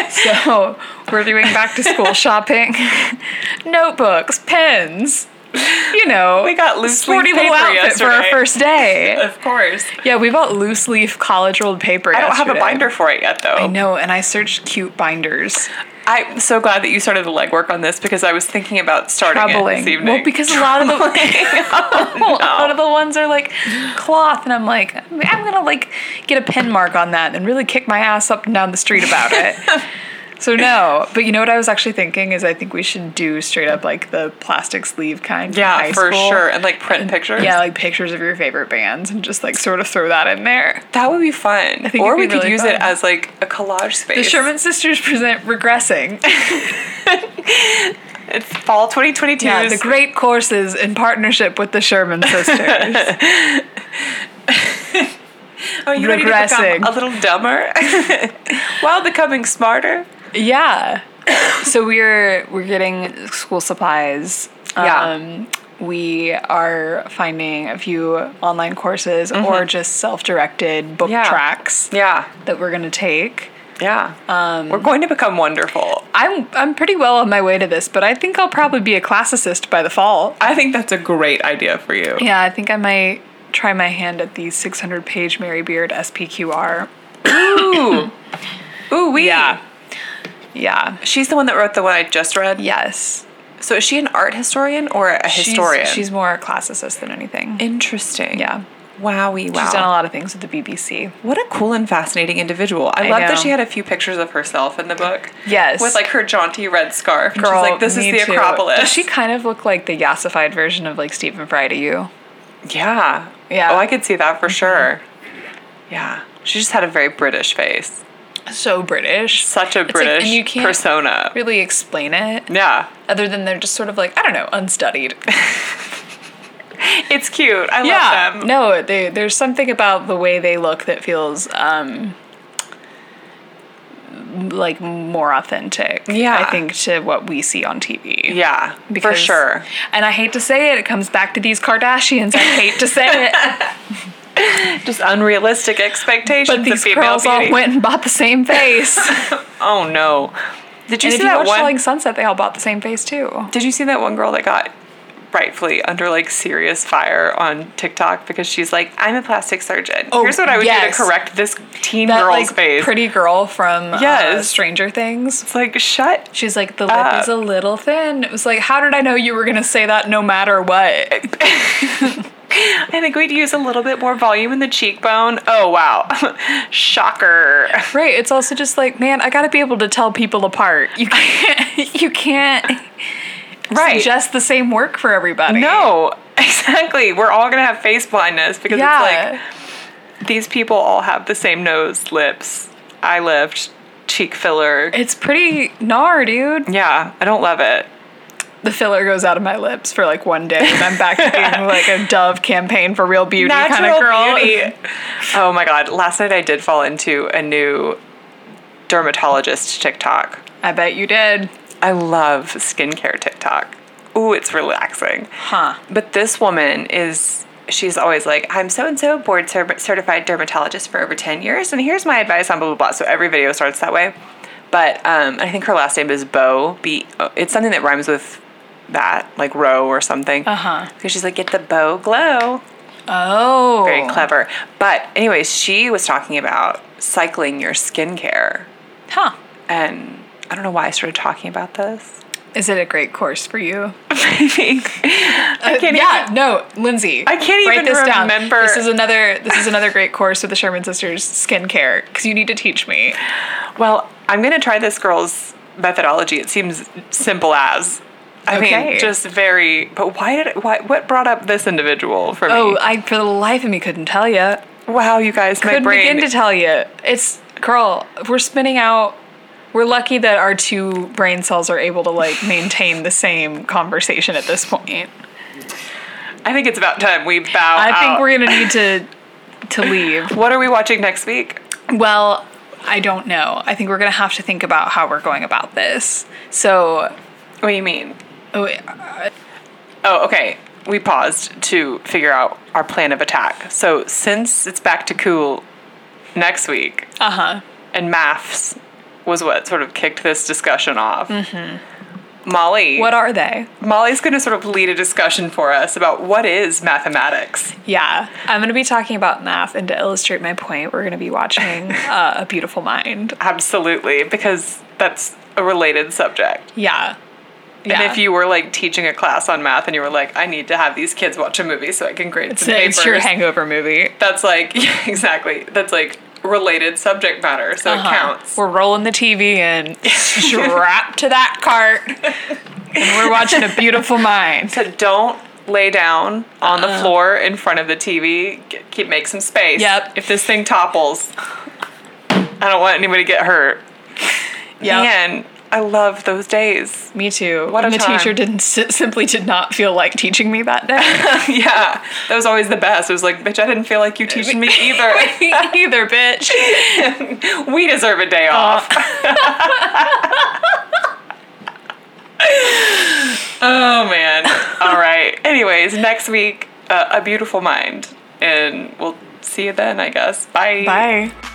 Speaker 2: so we're doing back to school shopping, notebooks, pens. You know,
Speaker 1: We got loose
Speaker 2: sporty
Speaker 1: leaf
Speaker 2: little
Speaker 1: paper
Speaker 2: outfit for our
Speaker 1: yesterday.
Speaker 2: first day.
Speaker 1: Of course.
Speaker 2: yeah, we bought loose leaf college rolled paper.
Speaker 1: I don't have a binder for it yet though. I
Speaker 2: No, and I searched cute binders.
Speaker 1: am so glad that you started the legwork on this because I was thinking about starting it this
Speaker 2: Troubling.
Speaker 1: evening.
Speaker 2: Well, because a lot of the a lot of the ones are like cloth, and I'm like, I'm gonna like get a pin mark on that and really kick my ass up and down the street about it. so no, but you know what I was actually thinking is I think we should do straight up like the plastic sleeve kind. from
Speaker 1: yeah,
Speaker 2: high
Speaker 1: for
Speaker 2: school.
Speaker 1: sure. And like print pictures.
Speaker 2: Yeah, like pictures of your favorite bands and just like sort of throw that in there.
Speaker 1: That would be fun.
Speaker 2: think
Speaker 1: or
Speaker 2: it'd be
Speaker 1: we could
Speaker 2: really
Speaker 1: use it
Speaker 2: fun.
Speaker 1: as like a collage space.
Speaker 2: The Sherman Sisters present regressing.
Speaker 1: It's fall 2022.
Speaker 2: Yeah, the great courses in partnership with the Sherman Sisters.
Speaker 1: Are Oh, you ready to become
Speaker 2: regressing.
Speaker 1: a little dumber while becoming smarter?
Speaker 2: Yeah. so we're we're getting school supplies.
Speaker 1: Yeah.
Speaker 2: Um, we are finding a few online courses or just self-directed book
Speaker 1: Mm-hmm. Yeah.
Speaker 2: tracks
Speaker 1: Yeah.
Speaker 2: that we're gonna take.
Speaker 1: Yeah. Um, We're going to become wonderful.
Speaker 2: I'm I'm pretty well on my way to this, but I think I'll probably be a classicist by the fall.
Speaker 1: I think that's a great idea for you.
Speaker 2: Yeah, I think I might try my hand at the 600-page Mary Beard SPQR.
Speaker 1: Ooh. Ooh, we.
Speaker 2: Yeah. Yeah.
Speaker 1: She's the one that wrote the one I just read.
Speaker 2: Yes.
Speaker 1: So is she an art historian or a
Speaker 2: She's-
Speaker 1: historian?
Speaker 2: She's, more a classicist than anything.
Speaker 1: interesting.
Speaker 2: yeah.
Speaker 1: Wowie, wow.
Speaker 2: She's done a lot of things with the BBC.
Speaker 1: What a cool and fascinating individual. I, love
Speaker 2: know.
Speaker 1: that she had a few pictures of herself in the book.
Speaker 2: Yes.
Speaker 1: With like her jaunty red scarf. And she's like, this is
Speaker 2: me
Speaker 1: the
Speaker 2: too."
Speaker 1: Acropolis.
Speaker 2: Does she kind of look like the yassified version of like Stephen Fry to you?
Speaker 1: Yeah.
Speaker 2: Yeah. Mm-hmm.
Speaker 1: Oh, I could see that for sure. Yeah. She just had a very British face.
Speaker 2: So British.
Speaker 1: Such a
Speaker 2: It's like-
Speaker 1: British
Speaker 2: and you can't
Speaker 1: persona.
Speaker 2: really explain it
Speaker 1: Yeah.
Speaker 2: other than they're just sort of like, I don't know, unstudied.
Speaker 1: It's cute. I
Speaker 2: yeah.
Speaker 1: love them.
Speaker 2: No, they, there's something about the way they look that feels um, like more authentic.
Speaker 1: Yeah.
Speaker 2: I think to what we see on TV.
Speaker 1: Yeah, for
Speaker 2: Because-
Speaker 1: sure.
Speaker 2: And I hate to say it, it comes back to these Kardashians. I hate to say it,
Speaker 1: Just unrealistic expectations
Speaker 2: but
Speaker 1: of
Speaker 2: these
Speaker 1: female
Speaker 2: girls all
Speaker 1: beauty.
Speaker 2: went and bought the same face.
Speaker 1: Oh no! Did you
Speaker 2: and
Speaker 1: see
Speaker 2: if you
Speaker 1: that
Speaker 2: watch
Speaker 1: one?
Speaker 2: Selling Sunset, they all bought the same face too.
Speaker 1: Did you see that one girl that got rightfully under like serious fire on TikTok because she's like, I'm a plastic surgeon.
Speaker 2: Oh,
Speaker 1: Here's what I would
Speaker 2: yes.
Speaker 1: do to correct this teen
Speaker 2: That
Speaker 1: girl's
Speaker 2: like
Speaker 1: face.
Speaker 2: pretty girl from uh,
Speaker 1: Yes.
Speaker 2: Stranger Things.
Speaker 1: it's like shut.
Speaker 2: She's like, the lip
Speaker 1: Up.
Speaker 2: is a little thin. It was like, how did I know you were gonna say that no matter what?
Speaker 1: I think we'd use a little bit more volume in the cheekbone. Oh wow, shocker.
Speaker 2: Right. It's also just like, man, I gotta be able to tell people apart. You can't you can't
Speaker 1: Right.
Speaker 2: suggest the same work for everybody.
Speaker 1: no, exactly. We're all gonna have face blindness because it's
Speaker 2: Yeah.
Speaker 1: like these people all have the same nose, lips, eye lift, cheek filler.
Speaker 2: It's pretty gnar, dude.
Speaker 1: Yeah, I don't love it.
Speaker 2: The filler goes out of my lips for like one day, and I'm back to being like a Dove campaign for real beauty kind of girl.
Speaker 1: Oh my god! Last night I did fall into a new dermatologist TikTok.
Speaker 2: I bet you did.
Speaker 1: I love skincare TikTok. Ooh, it's relaxing.
Speaker 2: Huh.
Speaker 1: But this woman is. She's always like, I'm so and so board cer- certified dermatologist for over 10 years, and here's my advice on blah, blah, blah. So every video starts that way. But um, I think her last name is Bo. B- oh, it's something that rhymes with that, like row or something. Uh
Speaker 2: Uh-huh.
Speaker 1: Because she's like, get the Bo glow
Speaker 2: Oh.
Speaker 1: very clever. But anyways, she was talking about cycling your skincare,
Speaker 2: Huh.
Speaker 1: and I don't know why I started talking about this.
Speaker 2: Is it a great course for you?
Speaker 1: I think I can't.
Speaker 2: yeah,
Speaker 1: even-
Speaker 2: no, Lindsay.
Speaker 1: I can't
Speaker 2: write
Speaker 1: even
Speaker 2: this
Speaker 1: remember-
Speaker 2: Down. This is another. This is another great course with the Sherman Sisters skincare because you need to teach me.
Speaker 1: Well, I'm gonna try this girl's methodology. It seems simple as. I
Speaker 2: Okay.
Speaker 1: mean, just very. But why did it, why? What brought up this individual for
Speaker 2: Oh,
Speaker 1: me?
Speaker 2: I for the life of me couldn't tell you.
Speaker 1: wow, you guys, my
Speaker 2: Couldn't
Speaker 1: brain.
Speaker 2: begin to tell you. It's girl. We're spinning out. We're lucky that our two brain cells are able to like maintain the same conversation at this point.
Speaker 1: I think it's about time we bow
Speaker 2: I
Speaker 1: out.
Speaker 2: think we're gonna need to to leave.
Speaker 1: What are we watching next week?
Speaker 2: Well, I don't know. I think we're gonna have to think about how we're going about this. So,
Speaker 1: What do you mean?
Speaker 2: oh,
Speaker 1: Oh, okay. We paused to figure out our plan of attack. So since it's back to cool next week,
Speaker 2: uh huh.
Speaker 1: and maths was what sort of kicked this discussion off. Mm-hmm. Molly,
Speaker 2: What are they?
Speaker 1: Molly's going to sort of lead a discussion for us about what is mathematics.
Speaker 2: Yeah, I'm going to be talking about math, and to illustrate my point, we're going to be watching uh, A Beautiful Mind.
Speaker 1: Absolutely, because that's a related subject.
Speaker 2: Yeah. yeah.
Speaker 1: And if you were like teaching a class on math and you were like, I need to have these kids watch a movie so I can grade
Speaker 2: it's,
Speaker 1: some
Speaker 2: a-
Speaker 1: papers.
Speaker 2: it's your hangover movie.
Speaker 1: that's like yeah, exactly that's like related subject matter so
Speaker 2: Uh-huh.
Speaker 1: it counts
Speaker 2: We're rolling the TV and strapped to that cart, and we're watching A Beautiful Mind.
Speaker 1: so don't lay down on
Speaker 2: Uh-huh.
Speaker 1: the floor in front of the tv G- keep make some space
Speaker 2: Yep.
Speaker 1: if this thing topples i don't want anybody to get hurt
Speaker 2: Yep.
Speaker 1: man i love those days
Speaker 2: Me too.
Speaker 1: What
Speaker 2: and
Speaker 1: a
Speaker 2: the teacher
Speaker 1: time.
Speaker 2: didn't si- simply did not feel like teaching me that day
Speaker 1: yeah that was always the best it was like bitch i didn't feel like you teaching me either
Speaker 2: either, bitch.
Speaker 1: we deserve a day off Oh man. All right. Anyways, next week, uh, A Beautiful Mind. And we'll see you then, I guess. Bye.
Speaker 2: Bye.